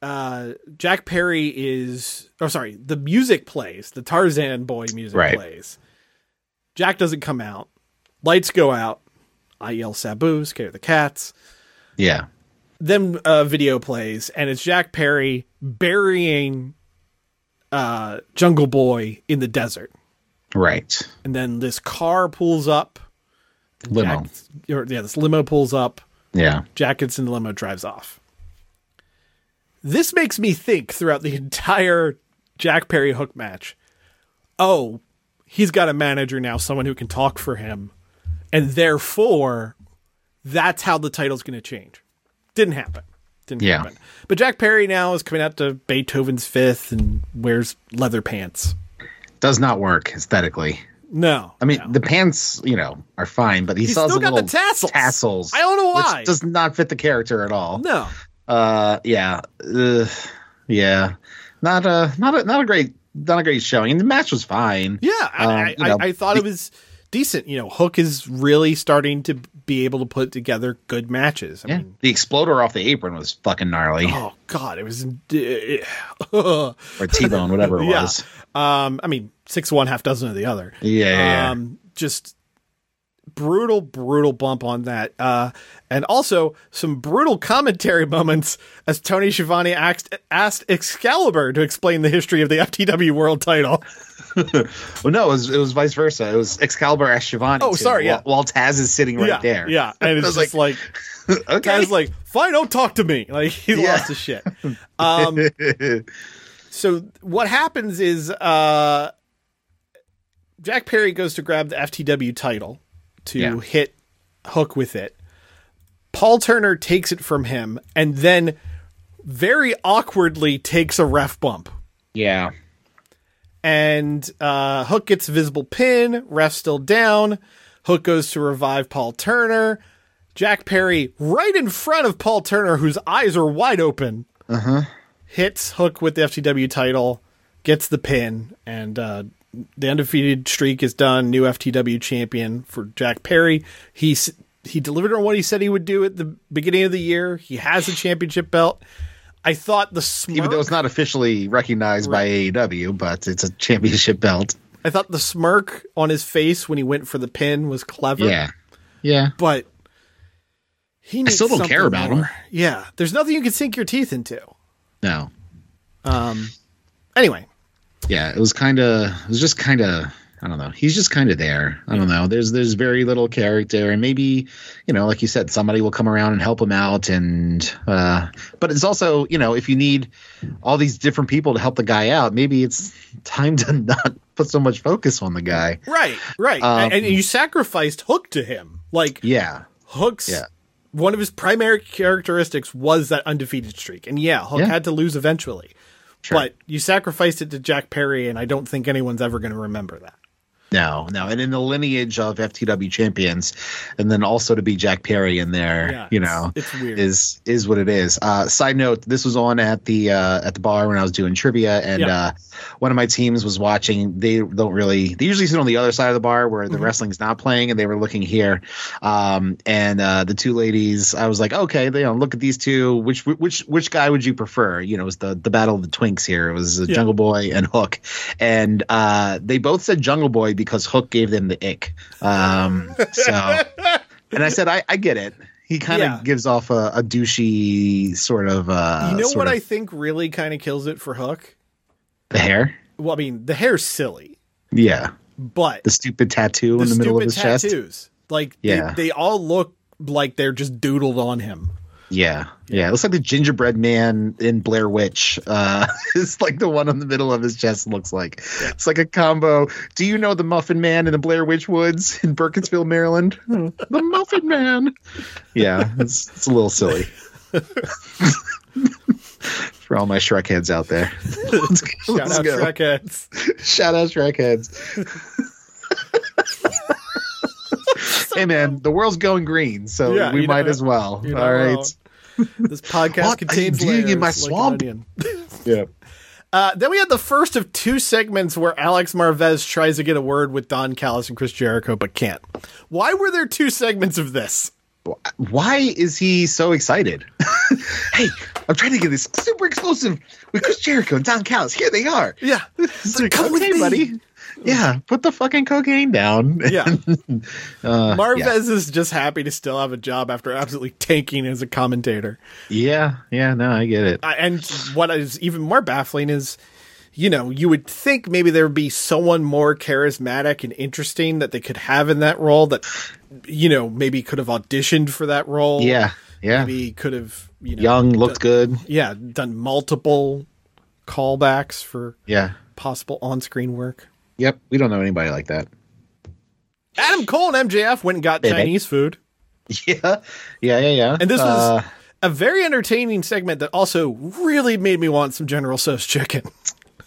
B: uh, Jack Perry is, oh, sorry, the music plays, the Tarzan boy music
D: Right.
B: plays. Jack doesn't come out. Lights go out. I yell Sabu, scare the cats.
D: Yeah.
B: Then uh, video plays, and it's Jack Perry burying uh, Jungle Boy in the desert.
D: Right.
B: And then this car pulls up.
D: Limo.
B: Jack- or, yeah, this limo pulls up.
D: Yeah.
B: Jack gets in the limo, drives off. This makes me think throughout the entire Jack Perry Hook match. Oh, he's got a manager now, someone who can talk for him, and therefore, that's how the title's going to change. Didn't happen. Didn't
D: Yeah.
B: happen. But Jack Perry now is coming out to Beethoven's Fifth and wears leather pants.
D: Does not work aesthetically.
B: No,
D: I mean,
B: no.
D: the pants, you know, are fine, but he
B: He's
D: sells
B: still
D: a
B: got the
D: little
B: tassels.
D: tassels,
B: I don't know
D: which
B: why.
D: does not fit the character at all.
B: no.
D: Uh, yeah, Ugh. yeah, not a not a not a great not a great showing. The match was fine.
B: Yeah, I,
D: Um,
B: I,
D: you know,
B: I, I thought it was decent. You know, Hook is really starting to be able to put together good matches. I
D: Yeah.
B: mean,
D: The exploder off the apron was fucking gnarly,
B: oh god, it was.
D: or T-bone, whatever it
B: Yeah.
D: was.
B: um, I mean, six one, half dozen of the other.
D: Yeah, yeah, yeah.
B: Um, just brutal, brutal bump on that, uh, and also some brutal commentary moments as Tony Schiavone asked, asked Excalibur to explain the history of the FTW World Title.
D: Well, no, it was it was vice versa. It was Excalibur as Shivani.
B: Oh, sorry, yeah.
D: While, while Taz is sitting right
B: yeah,
D: there.
B: yeah, and it's
D: was
B: just like
D: okay.
B: Taz like, fine, don't talk to me. Like he
D: Yeah.
B: lost his shit. Um, so what happens is uh, Jack Perry goes to grab the FTW title to
D: Yeah.
B: hit Hook with it. Paul Turner takes it from him and then very awkwardly takes a ref bump.
D: yeah,
B: And uh, Hook gets a visible pin, ref still down. Hook goes to revive Paul Turner. Jack Perry, right in front of Paul Turner, whose eyes are wide open,
D: Uh-huh.
B: hits Hook with the FTW title, gets the pin, and uh, the undefeated streak is done. New FTW champion for Jack Perry. He s- he delivered on what he said he would do at the beginning of the year. He has a championship belt. I thought the smirk,
D: even though it's not officially recognized by AEW, but it's a championship belt.
B: I thought the smirk on his face when he went for the pin was clever.
D: Yeah, yeah.
B: but he needs
D: still don't
B: something
D: care about
B: more.
D: him.
B: Yeah, there's nothing you can sink your teeth into.
D: No,
B: Anyway,
D: yeah it was kind of it was just kind of i don't know he's just kind of there i don't know there's there's very little character and maybe you know like you said somebody will come around and help him out and uh but it's also you know if you need all these different people to help the guy out maybe it's time to not put so much focus on the guy
B: right, right,
D: Um,
B: and, and you sacrificed Hook to him. Like
D: yeah
B: Hook's
D: Yeah.
B: one of his primary characteristics was that undefeated streak, and yeah, Hook
D: Yeah.
B: had to lose eventually.
D: Sure.
B: But you sacrificed it to Jack Perry, and I don't think anyone's ever going to remember that.
D: No, no, and in the lineage of FTW champions, and then also to be Jack Perry in there,
B: Yeah,
D: you
B: it's-
D: know,
B: it's weird.
D: Is is what it is. Uh, side note: This was on at the uh, at the bar when I was doing trivia, and
B: Yeah.
D: uh, one of my teams was watching. They don't really. They usually sit on the other side of the bar where
B: Mm-hmm.
D: the wrestling's not playing, and they were looking here. Um, and uh, the two ladies, I was like, okay, they you know, look at these two. Which which which guy would you prefer? You know, it was the the battle of the twinks here. It was uh
B: Yeah.
D: Jungle Boy and Hook, and uh, they both said Jungle Boy because Hook gave them the ick. Um, so, and I said, I, I get it. He kind of
B: Yeah.
D: gives off a, a douchey sort of. Uh,
B: you know
D: sort
B: what
D: of-
B: I think really kind of kills it for Hook?
D: the hair?
B: Well, I mean, the hair's silly,
D: Yeah,
B: but
D: the stupid tattoo in the middle of his chest.
B: Like
D: Yeah.
B: they, they all look like they're just doodled on him.
D: Yeah, yeah. It looks like the gingerbread man in Blair Witch. Uh, it's like the one in the middle of his chest looks like. It's like a combo. Do you know the Muffin Man in the Blair Witch Woods in Burkittsville, Maryland?
B: Hmm.
D: the Muffin Man. Yeah, it's, it's a little silly. For all my Shrek heads out there. Let's go.
B: Shout
D: Let's
B: out
D: go.
B: Shrek heads.
D: Shout out Shrek heads. hey man, the world's going green, so
B: Yeah,
D: we
B: you know-
D: might as well.
B: you're not
D: All right.
B: wrong. This podcast
D: What are you
B: contains
D: doing in
B: layers
D: my
B: like an
D: swamp?
B: onion.
D: Yeah.
B: Uh, then we had the first of two segments where Alex Marvez tries to get a word with Don Callis and Chris Jericho, but can't. Why were there two segments of this?
D: why is he so excited? hey, I'm trying to get this super explosive with Chris Jericho and Don Callis. Here they are.
B: Yeah.
D: It's like,
B: "Come with
D: okay,
B: me."
D: buddy. Yeah, put the fucking cocaine down.
B: Yeah.
D: Uh,
B: Marvez is just happy to still have a job after absolutely tanking as a commentator.
D: yeah, yeah, no, I get it.
B: I- and what is even more baffling is you know you would think maybe there would be someone more charismatic and interesting that they could have in that role that you know maybe could have auditioned for that role
D: yeah, yeah.
B: maybe could have you know
D: Young, looked good.
B: yeah done multiple callbacks for
D: Yeah.
B: possible on-screen work
D: Yep, we don't know anybody like that.
B: adam cole and mjf went and got
D: Baby.
B: chinese food
D: Yeah, yeah, yeah, yeah.
B: and this
D: Uh,
B: was a very entertaining segment that also really made me want some general so's chicken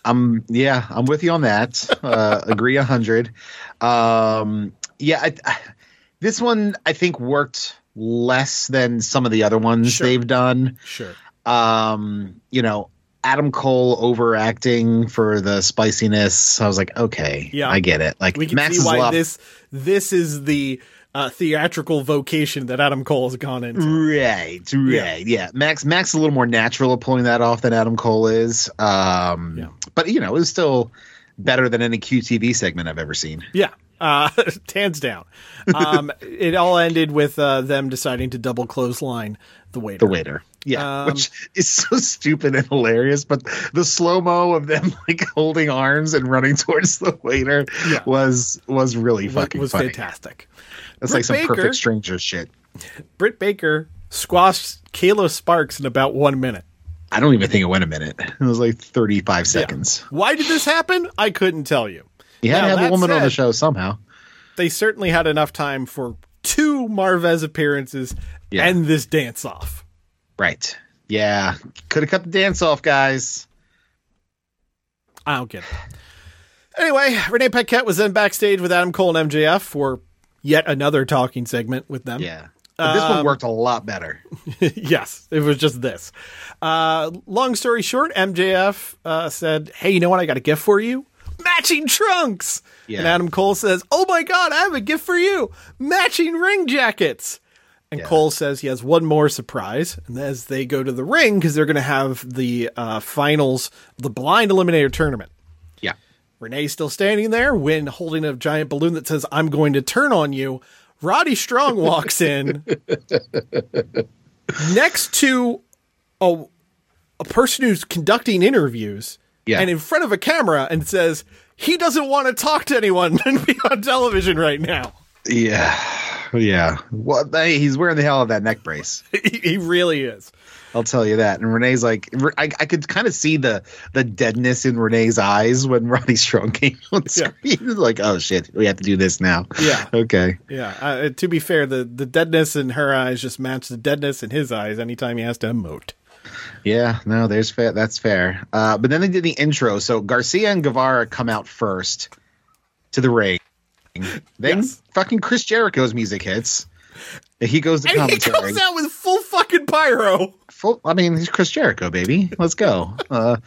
D: I'm yeah, I'm with you on that. Uh, agree a hundred. Um, yeah, I, I, this one I think worked less than some of the other ones
B: Sure.
D: they've done.
B: sure
D: Um, you know, Adam Cole overacting for the spiciness. I was like, okay,
B: Yeah.
D: I get it. Like
B: we can
D: Max
B: see
D: is
B: why
D: left-
B: this this is the uh, theatrical vocation that Adam Cole has gone
D: Mm-hmm.
B: into.
D: Right, right, yeah. Max, Max is a little more natural at pulling that off than Adam Cole is. Um,
B: Yeah.
D: but you know, it was still better than any QTV segment I've ever seen.
B: Yeah, uh, hands down. Um, it all ended with uh, them deciding to double clothesline the waiter.
D: the waiter. Yeah,
B: Um,
D: which is so stupid and hilarious. But the slow mo of them like holding arms and running towards the waiter
B: Yeah.
D: was was really
B: Wa-
D: fucking
B: was
D: funny.
B: fantastic.
D: That's like some
B: Britt Baker-
D: perfect stranger shit.
B: Britt Baker squashed Kayla Sparks in about one minute.
D: I don't even think it went a minute. It was like thirty five seconds.
B: Why did this happen? I couldn't tell you.
D: You
B: Now,
D: had to have
B: that
D: a woman on the
B: said-
D: show somehow.
B: They certainly had enough time for two Marvez appearances
D: Yeah.
B: and this dance off.
D: Right. Yeah. Could have cut the dance off, guys.
B: I don't get it. Anyway, Renee Paquette was then backstage with Adam Cole and MJF for yet another talking segment with them.
D: Yeah. But this
B: Um,
D: one worked a lot better.
B: yes, it was just this. Uh, long story short, MJF uh, said, Hey, you know what? I got a gift for you. Matching trunks.
D: Yeah.
B: And Adam Cole says, Oh my God, I have a gift for you. Matching ring jackets. And Cole says he has one more surprise. And as they go to the ring, because they're going to have the uh, finals, the blind eliminator tournament.
D: Yeah.
B: Renee's still standing there, Wynn holding a giant balloon that says, I'm going to turn on you. Roddy Strong walks in next to a, a person who's conducting interviews
D: Yeah.
B: and in front of a camera and says, he doesn't want to talk to anyone and be on television right now.
D: Yeah. Yeah. Well, hey, he's wearing the hell out of that neck brace.
B: He, he really is.
D: I'll tell you that. And Renee's like, I, I could kind of see the the deadness in Renee's eyes when Roddy Strong came on
B: Yeah.
D: screen. like, oh shit, we have to do this now.
B: Yeah.
D: Okay.
B: Yeah. Uh, to be fair, the, the deadness in her eyes just matched the deadness in his eyes anytime he has to emote.
D: Yeah. No, there's fair. That's fair. Uh, but then they did the intro. So Garcia and Guevara come out first to the ring. Then
B: Yes.
D: fucking Chris Jericho's music hits. He goes to
B: And he
D: commentary.
B: comes out with full fucking pyro.
D: Full, I mean, he's Chris Jericho, baby. Let's go. uh,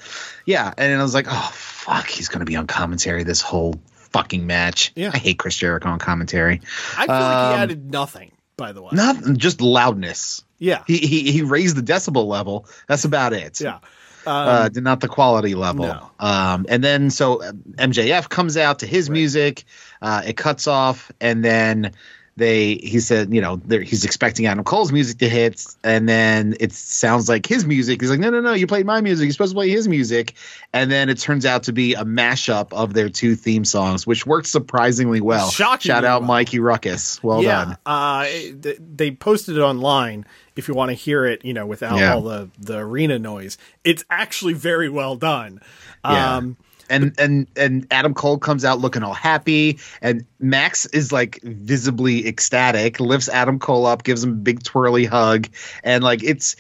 D: yeah, and I was like, oh fuck, he's gonna be on commentary this whole fucking match.
B: Yeah.
D: I hate Chris Jericho on commentary.
B: I feel like
D: Um,
B: he added nothing, by the way.
D: Not just loudness.
B: yeah.
D: He he he raised the decibel level. That's about it.
B: yeah.
D: uh, did not the quality level.
B: no.
D: Um, and then so um, MJF comes out to his music, uh, it cuts off, and then they he said you know they're- he's expecting Adam Cole's music to hit, and then it sounds like his music. He's like, no, no, no, you played my music. You're supposed to play his music, and then it turns out to be a mashup of their two theme songs, which worked surprisingly well.
B: Shockingly
D: Shout out
B: well.
D: Mikey Ruckus. Well done.
B: Uh, th- they posted it online if you want to hear it, you know, without
D: Yeah.
B: all the, the arena noise. It's actually very well done.
D: Yeah.
B: Um,
D: and and and Adam Cole comes out looking all happy, and Max is like visibly ecstatic, lifts Adam Cole up, gives him a big twirly hug, and like it's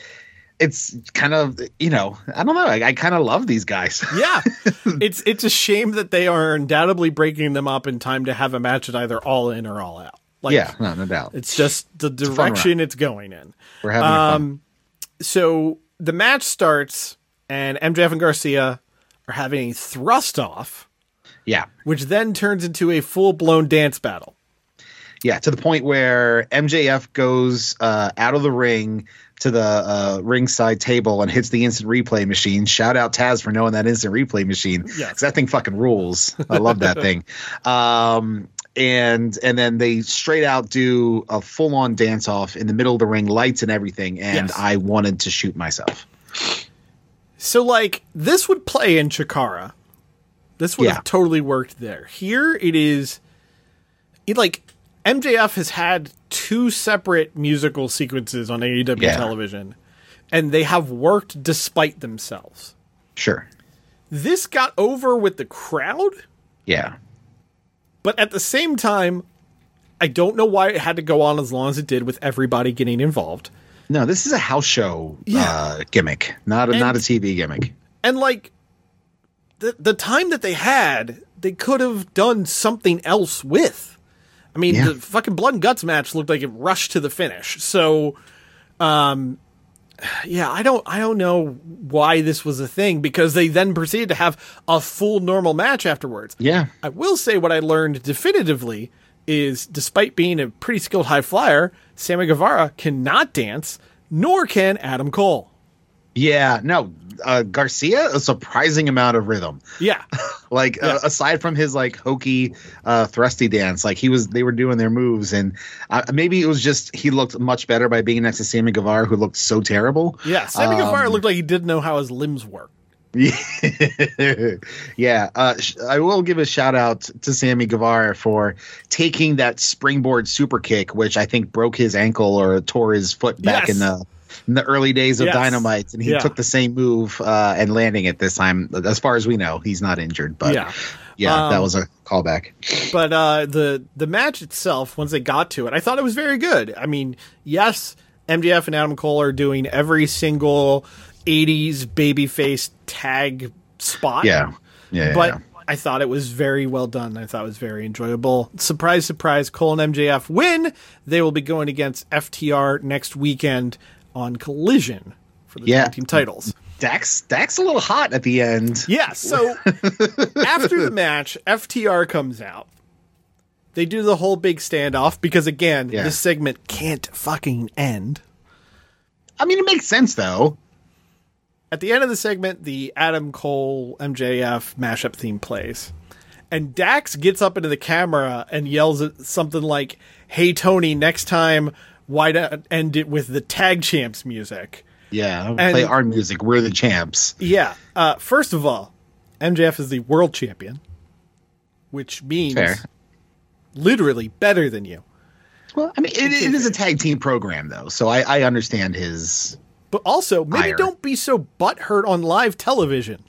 D: it's kind of you know I don't know I, I kind of love these guys.
B: yeah. it's, it's a shame that they are undoubtedly breaking them up in time to have a match at either all in or all out. Like,
D: yeah, no, no doubt.
B: It's just the
D: fun ride.
B: direction it's going in.
D: We're having
B: um,
D: fun.
B: So the match starts, and MJF and Garcia are having a thrust off,
D: Yeah,
B: which then turns into a full blown dance battle.
D: yeah, to the point where MJF goes uh, out of the ring to the uh, ringside table and hits the instant replay machine. Shout out Taz for knowing that instant replay machine.
B: Yes.
D: 'Cause that thing fucking rules. I love that thing. Um, and and then they straight out do a full on dance off in the middle of the ring, lights and everything. And
B: Yes.
D: I wanted to shoot myself.
B: So like this would play in Chikara. This would
D: Yeah.
B: have totally worked there. Here it is it, like MJF has had two separate musical sequences on AEW
D: Yeah.
B: television and they have worked despite themselves.
D: Sure.
B: This got over with the crowd,
D: Yeah.
B: but at the same time I don't know why it had to go on as long as it did with everybody getting involved.
D: No, this is a house show uh, gimmick, not a not a TV gimmick.
B: And like the the time that they had, they could have done something else with. I mean,
D: Yeah.
B: the fucking blood and guts match looked like it rushed to the finish. So um yeah, I don't I don't know why this was a thing because they then proceeded to have a full normal match afterwards.
D: Yeah.
B: I will say what I learned definitively is despite being a pretty skilled high flyer, Sammy Guevara cannot dance, nor can Adam Cole.
D: Yeah, no, uh, Garcia a surprising amount of rhythm.
B: Yeah.
D: Like uh,
B: Yes.
D: aside from his like hokey, uh, thrusty dance, like he was they were doing their moves, and uh, maybe it was just he looked much better by being next to Sammy Guevara, who looked so terrible.
B: Yeah, Sammy Guevara
D: Um,
B: looked like he didn't know how his limbs work.
D: yeah, uh, sh- I will give a shout out to Sammy Guevara for taking that springboard super kick, which I think broke his ankle or tore his foot back
B: Yes.
D: in the in the early days of
B: Yes.
D: Dynamite, and he
B: Yeah.
D: took the same move uh, and landing it this time. As far as we know, he's not injured, but
B: Yeah.
D: yeah, that
B: Um,
D: was a callback.
B: But uh, the the match itself, once they got to it, I thought it was very good. I mean, yes, MJF and Adam Cole are doing every single '80s babyface tag spot.
D: Yeah, yeah, yeah,
B: but
D: yeah.
B: I thought it was very well done. I thought it was very enjoyable. Surprise, surprise! Cole and MJF win. They will be going against FTR next weekend on Collision for the
D: Yeah.
B: tag team titles.
D: Dax Dax a little hot at the end.
B: Yeah, so after the match, FTR comes out. They do the whole big standoff because again,
D: Yeah.
B: this segment can't fucking end.
D: I mean, it makes sense though.
B: At the end of the segment, the Adam Cole MJF mashup theme plays. And Dax gets up into the camera and yells at something like, "Hey Tony, next time why not end it with the tag champs music?"
D: Yeah,
B: And-
D: play our music. We're the champs.
B: Yeah. Uh, first of all, MJF is the world champion, which means
D: Fair.
B: literally better than you.
D: Well, I mean, it, it is a tag team program though, so I, I understand his.
B: But also, maybe
D: Higher.
B: don't be so butthurt on live television.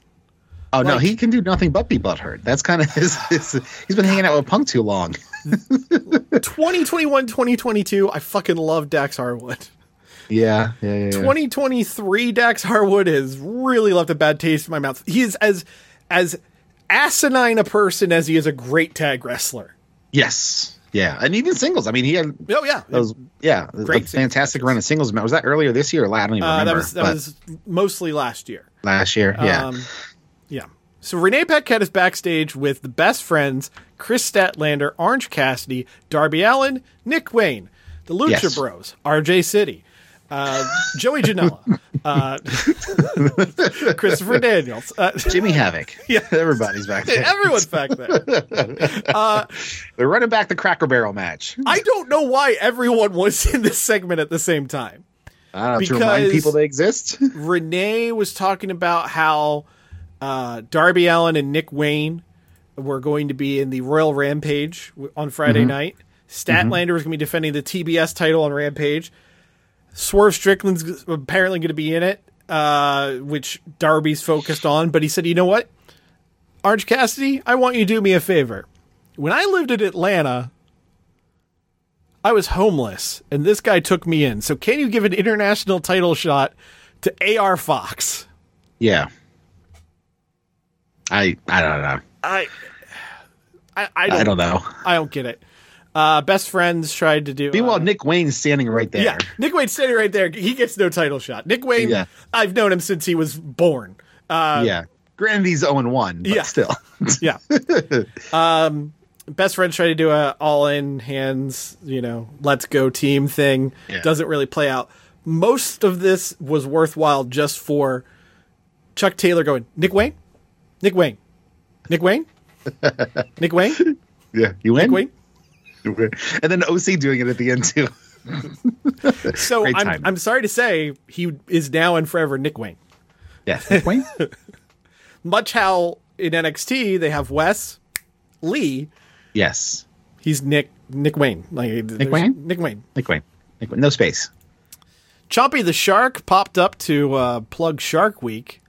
D: Oh no, he can do nothing but be butthurt. That's kind of his, his. He's been hanging out with Punk too long.
B: 2021, 2022, I fucking love Dax Harwood.
D: Yeah, yeah, yeah. yeah.
B: 2023 Dax Harwood has really left a bad taste in my mouth. He is as as asinine a person as he is a great tag wrestler.
D: Yes. Yeah. And even singles. I mean, he had
B: Oh yeah,
D: those, yeah,
B: Great
D: a fantastic run of singles. Was that earlier this year or last? I don't even
B: uh,
D: remember.
B: that was that
D: but
B: was mostly last year.
D: last year. Yeah.
B: Um, yeah. So Renee Paquette is backstage with the best friends Chris Statlander, Orange Cassidy, Darby Allen, Nick Wayne, the Lucha
D: Yes.
B: Bros, RJ City, uh, Joey Janela, uh, Christopher Daniels. Uh,
D: Jimmy Havoc. yeah. Everybody's back there.
B: everyone's back there.
D: They're running back the Cracker Barrel match.
B: I don't know why everyone was in this segment at the same time.
D: I don't know, uh, to remind
B: because-
D: people they exist.
B: Renee was talking about how uh, Darby Allen and Nick Wayne were going to be in the Royal Rampage w- on Friday night. Statlander was going to be defending the TBS title on Rampage. Swerve Strickland's g- apparently going to be in it, uh, which Darby's focused on. But he said, you know what? Orange Cassidy, I want you to do me a favor. When I lived in Atlanta, I was homeless, and this guy took me in. So can you give an international title shot to AR Fox?
D: yeah. I I don't know.
B: I, I, I don't,
D: I don't know.
B: I don't get it. Uh, best friends tried to do.
D: Meanwhile,
B: uh,
D: Nick Wayne's standing right there.
B: yeah, Nick Wayne's standing right there. He gets no title shot. Nick Wayne,
D: Yeah.
B: I've known him since he was born. Uh,
D: yeah. Granted, he's 0 1, but
B: Yeah.
D: still.
B: yeah. um, best friends try to do a all in hands, you know, let's go team thing.
D: Yeah.
B: Doesn't really play out. Most of this was worthwhile just for Chuck Taylor going, Nick Wayne, Nick Wayne, Nick Wayne, Nick Wayne, Nick
D: yeah. You win?
B: Wayne.
D: And then OC doing it at the end, too.
B: So
D: Great
B: I'm,
D: timing.
B: I'm sorry to say he is now and forever Nick Wayne.
D: Yeah. Nick Wayne?
B: Much how in NXT they have Wes Lee,
D: yes.
B: he's Nick Nick Wayne. Like there's-
D: Wayne?
B: Nick Wayne.
D: Nick Wayne. Nick Wayne. No space.
B: Chompy the Shark popped up to uh, plug Shark Week.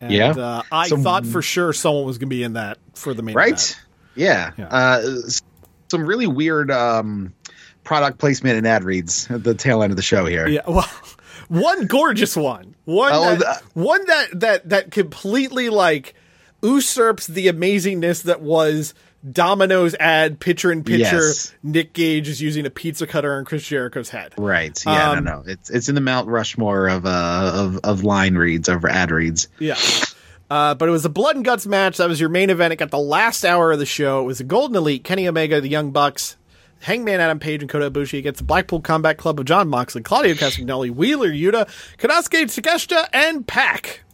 B: And,
D: Yeah.
B: Uh, I
D: Some-
B: thought for sure someone was going to be in that for the main
D: right
B: event.
D: yeah,
B: Yeah.
D: Uh, s- some really weird um product placement and ad reads at the tail end of the show here
B: Yeah. Well, one gorgeous one. One,
D: Oh,
B: that,
D: the-
B: one that, that, that completely like usurps the amazingness that was Domino's ad picture in picture.
D: Yes.
B: Nick Gage is using a pizza cutter on Chris Jericho's head.
D: right yeah
B: Um,
D: no no it's it's in the mount rushmore of uh of, of line reads over ad reads
B: Yeah. Uh, but it was a blood and guts match. That was your main event. It got the last hour of the show. It was the Golden Elite, Kenny Omega, the Young Bucks, Hangman Adam Page, and Kota Ibushi against the Blackpool Combat Club of John Moxley, Claudio Castagnoli, Wheeler Yuta, Kanasuke Takeshita, and Pac.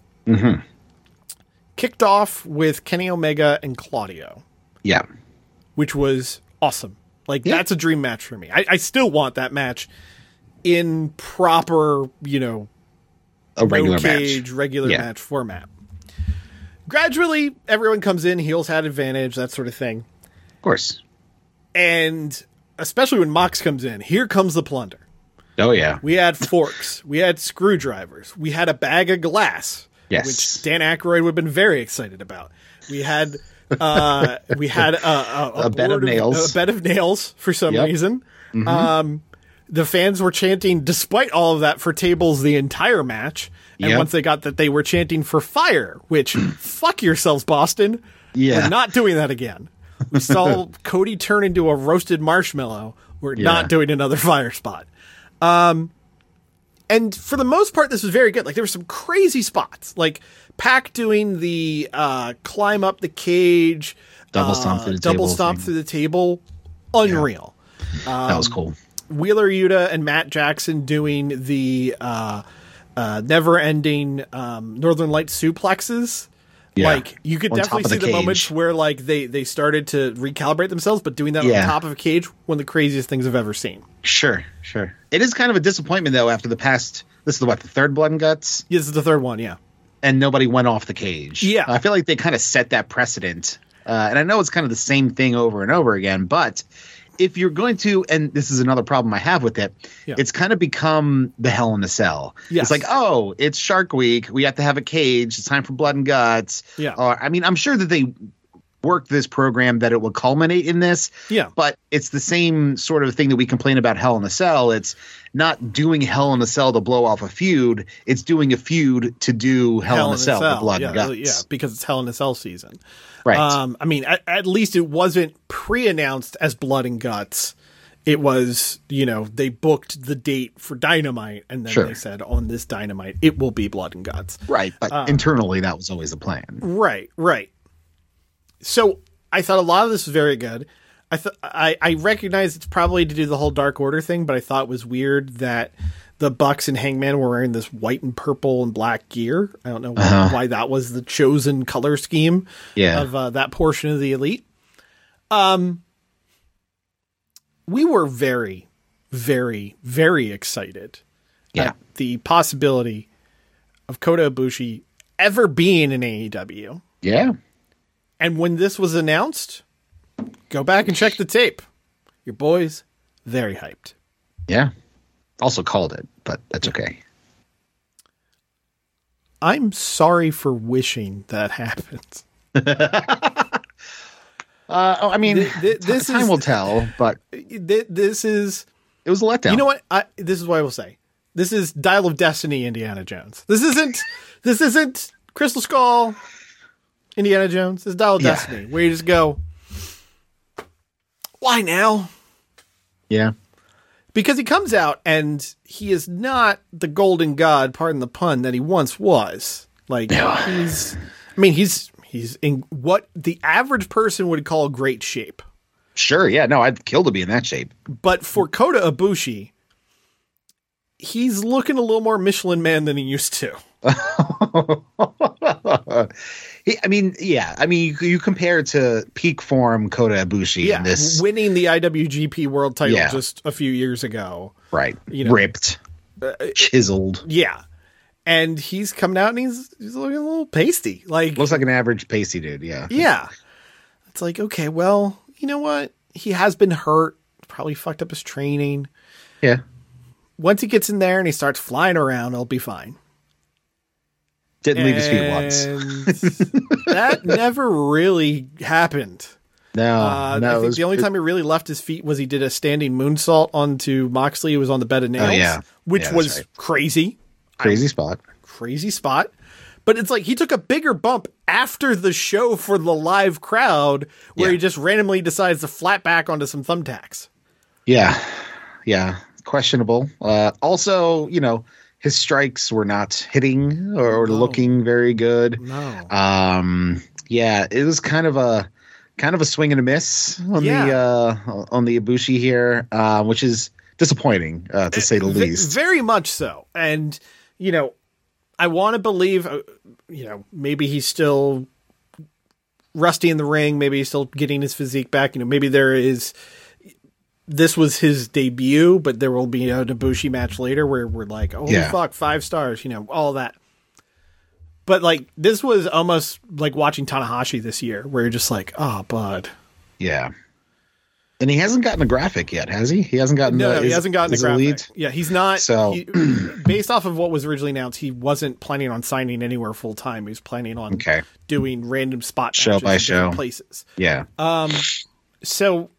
B: Kicked off with Kenny Omega and Claudio,
D: yeah
B: which was awesome. Like
D: Yeah.
B: that's a dream match for me. I, I still want that match in proper, you know,
D: a regular
B: no cage,
D: match
B: regular
D: Yeah.
B: match format. Gradually, everyone comes in, heels had advantage, that sort of thing.
D: of course
B: And especially when Mox comes in, here comes the plunder.
D: oh yeah
B: We had forks, we had screwdrivers, we had a bag of glass,
D: Yes.
B: which Dan Aykroyd would have been very excited about. We had uh, we had a, a,
D: A bed of
B: board
D: nails.
B: a bed of nails for some
D: Yep. Mm-hmm.
B: reason. Um, the fans were chanting, despite all of that, for tables the entire match. And
D: Yep.
B: once they got that, they were chanting for fire, which fuck yourselves, Boston.
D: Yeah.
B: We're not doing that again. We saw Cody turn into a roasted marshmallow. We're not doing another fire spot. Um, and for the most part, this was very good. Like there were some crazy spots, like Pack doing the uh, climb up the cage,
D: Double stomp
B: uh,
D: through the
B: double
D: table
B: stomp
D: thing.
B: through the table, unreal.
D: that
B: um,
D: was cool
B: Wheeler Yuta and Matt Jackson doing the uh, uh, never-ending um, Northern Light suplexes.
D: Yeah.
B: Like you could
D: On top
B: definitely
D: of
B: see
D: the
B: the
D: cage.
B: moments where like they they started to recalibrate themselves, but doing that
D: Yeah.
B: on top of a cage, one of the craziest things I've ever seen.
D: sure sure it is kind of a disappointment though after the past this is what the third blood and guts
B: This is the third one, yeah.
D: and nobody went off the cage.
B: Yeah.
D: I feel like they kind of set that precedent. Uh, and I know it's kind of the same thing over and over again, but if you're going to, and this is another problem I have with it,
B: Yeah.
D: it's kind of become the hell in a cell.
B: Yes.
D: It's like, oh, it's Shark Week. We have to have a cage. It's time for blood and guts.
B: Yeah.
D: Or, I mean, I'm sure that they worked this program that it will culminate in this.
B: Yeah.
D: But it's the same sort of thing that we complain about Hell in a Cell. It's not doing Hell in a Cell to blow off a feud. It's doing a feud to do Hell, in a Cell, with blood
B: yeah,
D: and guts.
B: yeah, because it's Hell in a Cell season.
D: Right.
B: Um, I mean, at, at least it wasn't pre-announced as Blood and Guts. It was, you know, they booked the date for Dynamite, and then
D: Sure.
B: they said on this Dynamite it will be Blood and Guts.
D: Right. But
B: Uh,
D: internally, that was always the plan.
B: Right, right. So I thought a lot of this was very good. I th- I, I recognize it's probably to do the whole Dark Order thing, but I thought it was weird that the Bucks and Hangman were wearing this white and purple and black gear. I don't know why, why that was the chosen color scheme
D: Yeah.
B: of uh, that portion of the elite. Um, we were very, very, very excited
D: Yeah.
B: at the possibility of Kota Ibushi ever being in E AEW.
D: yeah.
B: And when this was announced, go back and check the tape. Your boys very hyped.
D: Yeah. Also called it, but that's okay.
B: I'm sorry for wishing that happened.
D: Uh, oh, I mean,
B: Th- th- this
D: time
B: is-
D: will tell, but
B: Th- This is,
D: it was a letdown.
B: you know what? I, this is what I will say. This is Dial of Destiny, Indiana Jones. This isn't, this isn't Crystal Skull, Indiana Jones. This is Dial of
D: Yeah.
B: Destiny, where you just go, why now?
D: Yeah.
B: because he comes out and he is not the golden god, pardon the pun, that he once was. Like he's, I mean, he's he's in what the average person would call great shape,
D: Sure. Yeah. No, I'd kill to be in that shape.
B: but for Kota Ibushi, he's looking a little more Michelin Man than he used to.
D: He- I mean, yeah. I mean, you, you compare to peak form Kota Ibushi in this,
B: winning the IWGP World title
D: Yeah.
B: just a few years ago.
D: right?
B: you know. uh,
D: ripped, chiseled.
B: Yeah, and he's coming out and he's he's looking a little pasty. Like
D: Looks like an average pasty dude. Yeah.
B: Yeah. It's like, okay, well, you know what? He has been hurt, probably fucked up his training.
D: Yeah.
B: Once he gets in there and he starts flying around, it'll be fine.
D: Didn't leave his feet once.
B: And that never really happened.
D: No.
B: Uh,
D: no.
B: I
D: it
B: think
D: was-
B: the only
D: it-
B: time he really left his feet was he did a standing moonsault onto Moxley, who was on the bed of nails,
D: Oh, yeah.
B: which
D: Yeah, that's
B: was
D: right.
B: crazy,
D: crazy spot.
B: crazy spot. But it's like he took a bigger bump after the show for the live crowd, where
D: Yeah.
B: he just randomly decides to flat back onto some thumbtacks.
D: Yeah. Yeah. Questionable. Uh, also, you know, his strikes were not hitting or looking very good.
B: No.
D: Um, yeah, it was kind of a kind of a swing and a miss on the
B: Yeah.
D: uh, on the Ibushi here, uh, which is disappointing uh, to say the
B: Ve-
D: least.
B: Very much so. And, you know, I want to believe, uh, you know, maybe he's still rusty in the ring. Maybe he's still getting his physique back. You know, maybe there is. This was his debut, but there will be a Nabushi match later where we're like, oh,
D: Yeah.
B: fuck, five stars, you know, all that. But, like, this was almost like watching Tanahashi this year, where you're just like, oh, bud.
D: yeah. And he hasn't gotten a graphic yet, has he? He hasn't gotten.
B: No,
D: the,
B: no, he
D: is-
B: hasn't gotten the
D: is it
B: graphic.
D: lead?
B: Yeah, he's not.
D: So-
B: he- based off of what was originally announced, he wasn't planning on signing anywhere full time. He was planning on
D: Okay.
B: doing random spot
D: Show
B: matches
D: by
B: in different
D: show.
B: places.
D: Yeah.
B: Uh, So,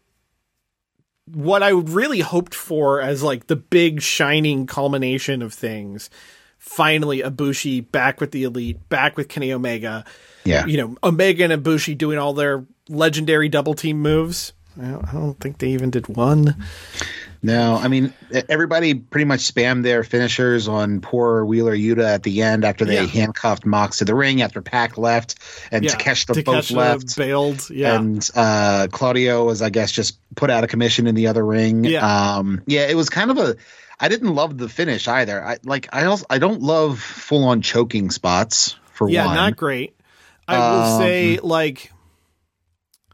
B: what I really hoped for as like the big shining culmination of things, finally Ibushi back with the elite, back with Kenny Omega.
D: yeah.
B: You know, Omega and Ibushi doing all their legendary double team moves. I don't I don't think they even did one.
D: No, I mean e, everybody pretty much spammed their finishers on poor Wheeler Yuta at the end after they
B: Yeah.
D: handcuffed Mox to the ring after Pack left and Takeshita both
B: Takeshita
D: left.
B: bailed. Yeah.
D: And uh, Claudio was, I guess, just put out of commission in the other ring.
B: Yeah.
D: Um, yeah, it was kind of a. I didn't love the finish either. I like. I also. I don't love full on choking spots for
B: yeah,
D: one.
B: not great. I
D: Um,
B: will say, like,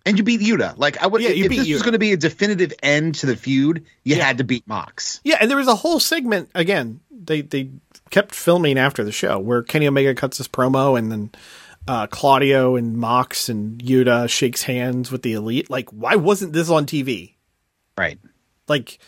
D: and you beat Yuta. Like I would.
B: Yeah, you
D: if
B: beat
D: this was
B: Yuta.
D: going to be a definitive end to the feud, you had to beat Mox.
B: yeah, and there was a whole segment again. They they kept filming after the show where Kenny Omega cuts his promo, and then uh, Claudio and Mox and Yuta shakes hands with the elite. Like, why wasn't this on TV?
D: Right.
B: Like,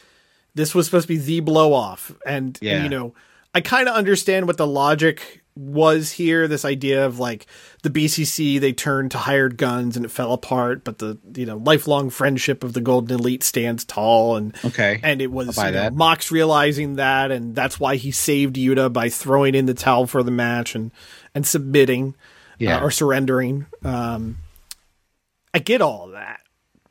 B: this was supposed to be the blow off, and
D: Yeah.
B: you know, I kind of understand what the logic was here. This idea of like the BCC they turned to hired guns and it fell apart, but the you know lifelong friendship of the Golden Elite stands tall, and
D: Okay.
B: and it was
D: buy
B: you know,
D: that.
B: Mox realizing that, and that's why he saved Yuta by throwing in the towel for the match and and submitting uh,
D: Yeah.
B: or surrendering. Um, I get all that,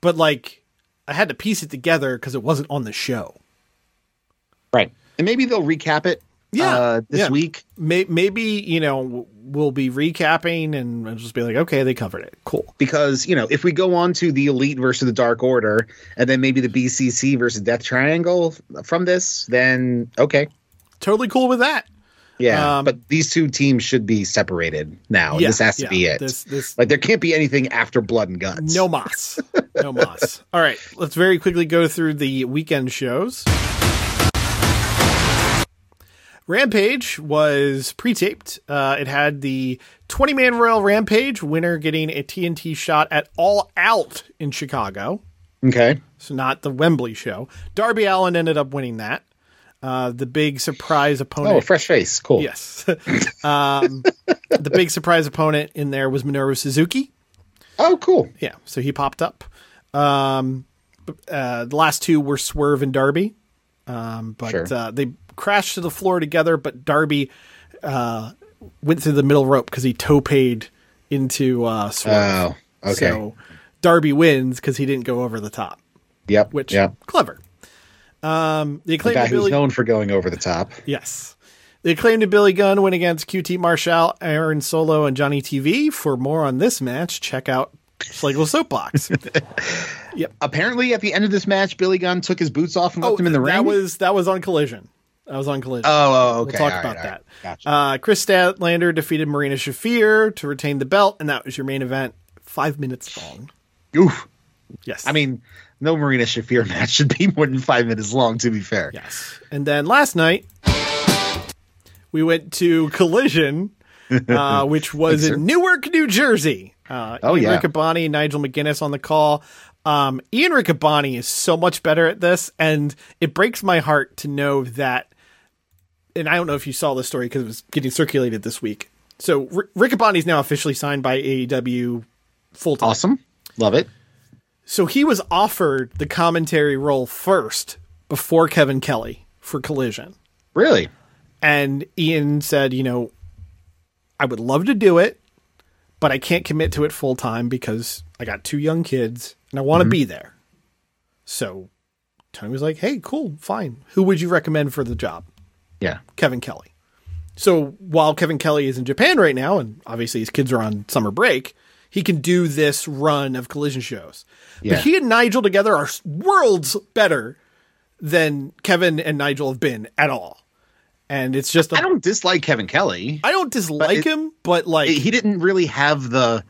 B: but like I had to piece it together because it wasn't on the show.
D: Right. And maybe they'll recap it
B: Yeah,
D: uh, this
B: yeah.
D: week.
B: May- maybe you know w- we'll be recapping and I'll just be like, okay, they covered it, cool.
D: Because, you know, if we go on to the Elite versus the Dark Order and then maybe the BCC versus Death Triangle from this, then okay.
B: Totally cool with that.
D: Yeah.
B: Um,
D: but these two teams should be separated now.
B: Yeah,
D: this has to
B: yeah.
D: be it.
B: This- this-
D: like, there can't be anything after Blood and Guts.
B: No moss, no moss. All right, let's very quickly go through the weekend shows. Rampage was pre-taped. Uh, it had the 20-man Royal Rampage winner getting a TNT shot at All Out in Chicago.
D: Okay.
B: so not the Wembley show. Darby Allen ended up winning that. Uh, the big surprise opponent.
D: Oh, a fresh face. Cool.
B: Yes. um, the big surprise opponent in there was Minoru Suzuki.
D: Oh, cool.
B: Yeah, so he popped up. Um, b- uh, the last two were Swerve and Darby, um, but
D: Sure.
B: uh, they crashed to the floor together. But Darby uh, went through the middle rope because he toped into uh, Swerve.
D: Oh, okay.
B: So Darby wins because he didn't go over the top
D: Yep.
B: which
D: yep.
B: clever. Um, the
D: The
B: acclaimed
D: guy who's
B: Billy,
D: known for going over the top.
B: yes, the acclaimed Billy Gunn went against QT Marshall, Aaron Solo, and Johnny TV. For more on this match, check out Schlegel Soapbox.
D: Apparently, at the end of this match, Billy Gunn took his boots off and left him in the ring.
B: Oh, That was that was on Collision. That was on Collision.
D: Oh, oh,
B: We'll
D: okay.
B: talk
D: all right,
B: about
D: all
B: that.
D: right. Gotcha.
B: Uh, Chris Statlander defeated Marina Shafir to retain the belt, and that was your main event. Five minutes long.
D: Oof.
B: Yes,
D: I mean, no Marina Shafir match should be more than five minutes long, to be fair.
B: Yes. And then last night, we went to Collision, uh, which was in Newark, New Jersey. Uh,
D: Oh,
B: Ian
D: yeah.
B: Riccaboni and Nigel McGuinness on the call. Um, Ian Riccaboni is so much better at this, and it breaks my heart to know that. And I don't know if you saw the story because it was getting circulated this week. So R- Riccaboni is now officially signed by E AEW full time.
D: Awesome. Love it.
B: So he was offered the commentary role first before Kevin Kelly for Collision.
D: Really?
B: And Ian said, you know, I would love to do it, but I can't commit to it full time because I got two young kids and I want to be there. So Tony was like, hey, cool, fine. Who would you recommend for the job?
D: Yeah.
B: Kevin Kelly. So while Kevin Kelly is in Japan right now, and obviously his kids are on summer break, he can do this run of collision shows.
D: Yeah.
B: But he and Nigel together are s- worlds better than Kevin and Nigel have been at all. And it's just, a,
D: I don't dislike Kevin Kelly.
B: I don't dislike
D: it-
B: him, but like,
D: He didn't really have the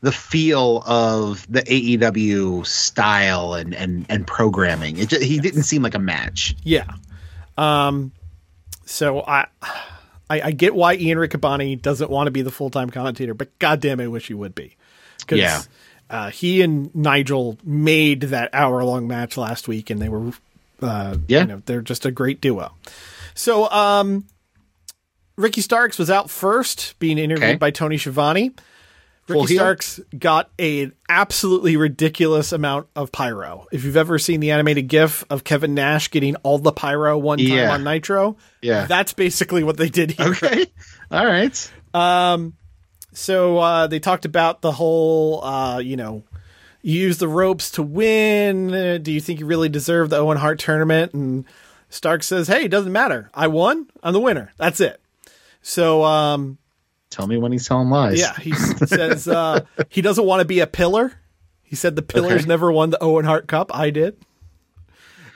D: the feel of the AEW style and and and programming. It just, he didn't seem like a match.
B: yeah. Um, so I, I, I get why Ian Riccaboni doesn't want to be the full time commentator, but goddamn, I wish he would be. 'Cause,
D: Yeah.
B: uh, he and Nigel made that hour long match last week, and they were, uh,
D: Yeah.
B: you know, they're just a great duo. So, um, Ricky Starks was out first, being interviewed
D: Okay.
B: by Tony Schiavone. Ricky
D: Full heel.
B: Starks got a- an absolutely ridiculous amount of pyro. If you've ever seen the animated GIF of Kevin Nash getting all the pyro one time
D: Yeah.
B: on Nitro,
D: Yeah.
B: that's basically what they did here.
D: Okay. All right.
B: So uh, they talked about the whole, uh, you know, you use the ropes to win. Uh, do you think you really deserve the Owen Hart tournament? And Stark says, "Hey, it doesn't matter. I won. I'm the winner. That's it." So um,
D: Tell me when he's telling lies.
B: yeah, he s- says uh, he doesn't want to be a pillar. He said the pillars
D: Okay.
B: never won the Owen Hart Cup. I did,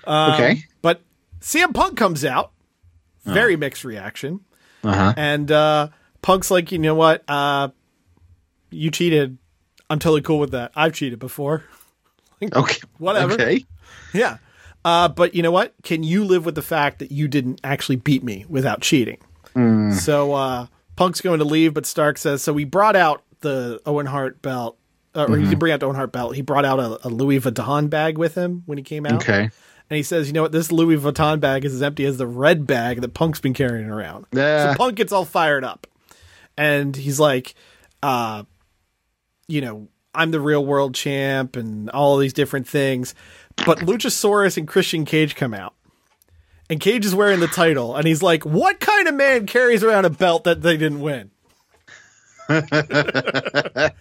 D: okay.
B: but CM Punk comes out. Very mixed reaction.
D: Uh huh.
B: And uh, Punk's like, you know what? Uh, you cheated. I'm totally cool with that. I've cheated before.
D: Okay.
B: Whatever.
D: Okay.
B: yeah. Uh, but you know what? Can you live with the fact that you didn't actually beat me without cheating? So uh, Punk's going to leave, but Stark says, so we brought out the Owen Hart belt. Uh, or he didn't bring out the Owen Hart belt. He brought out a, a Louis Vuitton bag with him when he came out.
D: Okay.
B: And he says, you know what? This Louis Vuitton bag is as empty as the red bag that Punk's been carrying around.
D: Yeah.
B: So Punk gets all fired up. And he's like, uh, you know, I'm the real world champ and all these different things. But Luchasaurus and Christian Cage come out. And Cage is wearing the title. And he's like, what kind of man carries around a belt that they didn't win? But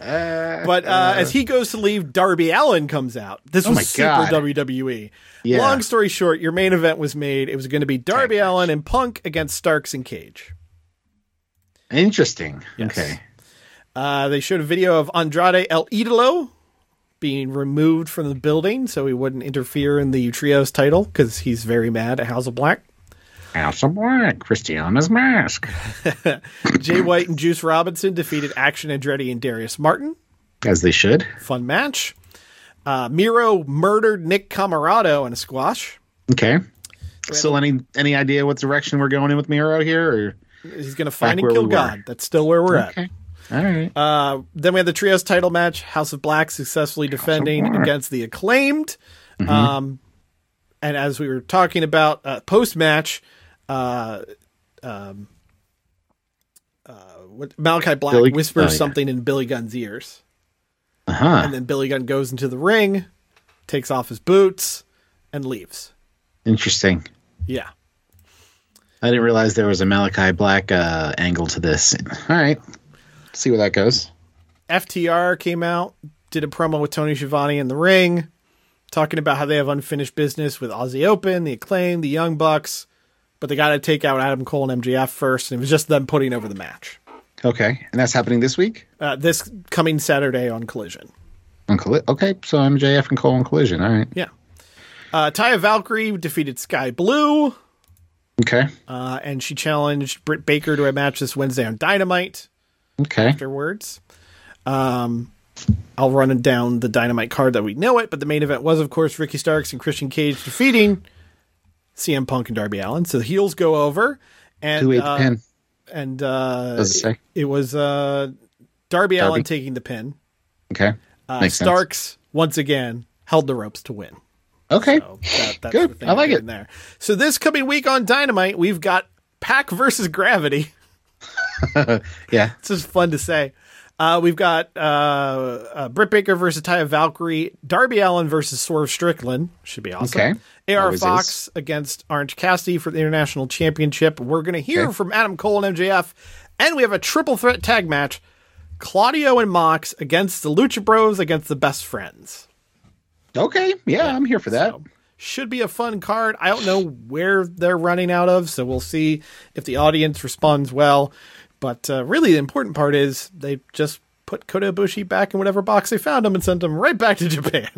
B: uh, as he goes to leave, Darby Allen comes out. This was
D: Oh my
B: super
D: God.
B: WWE.
D: Yeah.
B: E. Long story short, your main event was made. It was going to be Darby Allen and Punk against Starks and Cage.
D: Interesting. Okay.
B: Uh, they showed a video of Andrade El Idolo being removed from the building so he wouldn't interfere in the trios title because he's very mad at House of Black.
D: House of Black, Christiana's mask.
B: Jay White and Juice Robinson defeated Action Andretti and Darius Martin.
D: As they should.
B: Fun match. Uh, Miro murdered Nick Camarado in a squash.
D: Okay. So any any idea what direction we're going in with Miro here?
B: He's going to find
D: Back
B: and
D: where
B: kill
D: we were.
B: God. That's still where we're
D: Or?
B: at.
D: Okay. All right.
B: Uh, then we had the trios title match. House of Black successfully defending
D: Black. Mm-hmm.
B: against the acclaimed. Um, and as we were talking about uh, post match, uh, um, uh, what, Malachi Black
D: Billy-
B: whispers
D: oh, yeah.
B: something in Billy Gunn's ears,
D: Uh huh.
B: and then Billy Gunn goes into the ring, takes off his boots, and leaves.
D: Interesting.
B: Yeah,
D: I didn't realize there was a Malachi Black uh, angle to this. All right. See where that goes.
B: FTR came out, did a promo with Tony Schiavone in the ring, talking about how they have unfinished business with Aussie Open, the Acclaim, the Young Bucks, but they got to take out Adam Cole and MJF first, and it was just them putting over the match.
D: Okay. And that's happening this week?
B: Uh, this coming Saturday on Collision.
D: On Colli- okay. So MJF and Cole and Collision. All right.
B: Yeah. Uh, Taya Valkyrie defeated Sky Blue,
D: Okay.
B: uh, and she challenged Britt Baker to a match this Wednesday on Dynamite.
D: Okay.
B: afterwards. Um, I'll run down the dynamite card that we know it, but the main event was, of course, Ricky Starks and Christian Cage defeating CM Punk and Darby Allen. So the heels go over, and
D: Two eight
B: uh,
D: pin.
B: and uh,
D: Does it say?
B: it was uh, Darby, Allen taking the pin.
D: Okay.
B: Uh,
D: Makes sense.
B: Starks once again held the ropes to win.
D: Okay.
B: So that, that's
D: Good.
B: The thing
D: I like
B: we're
D: it.
B: doing There. So this coming week on Dynamite, we've got Pack versus Gravity.
D: Yeah.
B: It's just fun to say. Uh, we've got uh, uh, Britt Baker versus Taya Valkyrie, Darby Allen versus Swerve Strickland. Should be awesome.
D: Okay.
B: AR
D: Always
B: Fox
D: is.
B: against Orange Cassidy for the International Championship. We're going to hear
D: Okay.
B: from Adam Cole and MJF. And we have a triple threat tag match Claudio and Mox against the Lucha Bros against the Best Friends.
D: Okay. Yeah, I'm here for that.
B: So, should be a fun card. I don't know where they're running out of, so we'll see if the audience responds well. But uh, really, the important part is they just put Kota Ibushi back in whatever box they found him and sent him right back to Japan.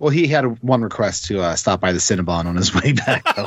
D: Well, he had one request to uh, stop by the Cinnabon on his way back. though.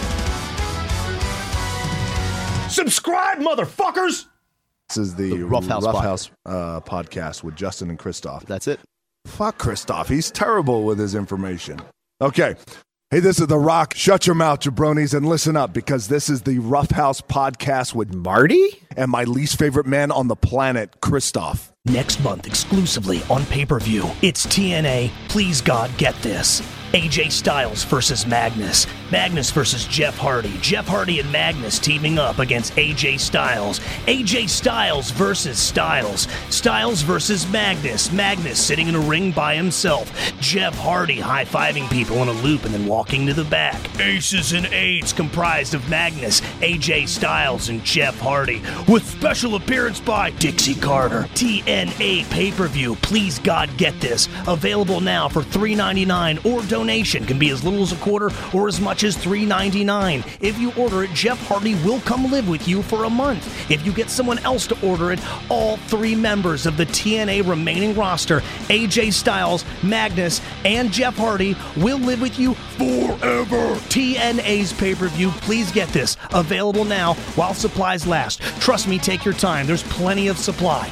F: Subscribe, motherfuckers!
G: This is the,
H: The Rough House
G: House, uh, podcast with Justin and Christoph.
H: That's it.
G: Fuck Christoph. He's terrible with his information. Okay. Hey, this is The Rock. Shut your mouth, jabronis, and listen up because this is the Rough House podcast with Marty and my least favorite man on the planet, Christoph.
F: Next month, exclusively on pay per view, it's TNA. Please God, get this. AJ Styles versus Magnus. Magnus versus Jeff Hardy. Jeff Hardy and Magnus teaming up against AJ Styles. AJ Styles versus Styles. Styles versus Magnus. Magnus sitting in a ring by himself. Jeff Hardy high fiving people in a loop and then walking to the back. Aces and Eights comprised of Magnus, AJ Styles, and Jeff Hardy, with special appearance by Dixie Carter. TNA pay per view. Please, God, get this. Available now for $3.99 or donation. Can be as little as a quarter or as much as $3.99. If you order it, Jeff Hardy will come live with you for a month. If you get someone else to order it, all three members of the TNA remaining roster, AJ Styles, Magnus, and Jeff Hardy, will live with you forever. TNA's pay per view, please get this. Available now while supplies last. Trust me, take your time. There's plenty of supply.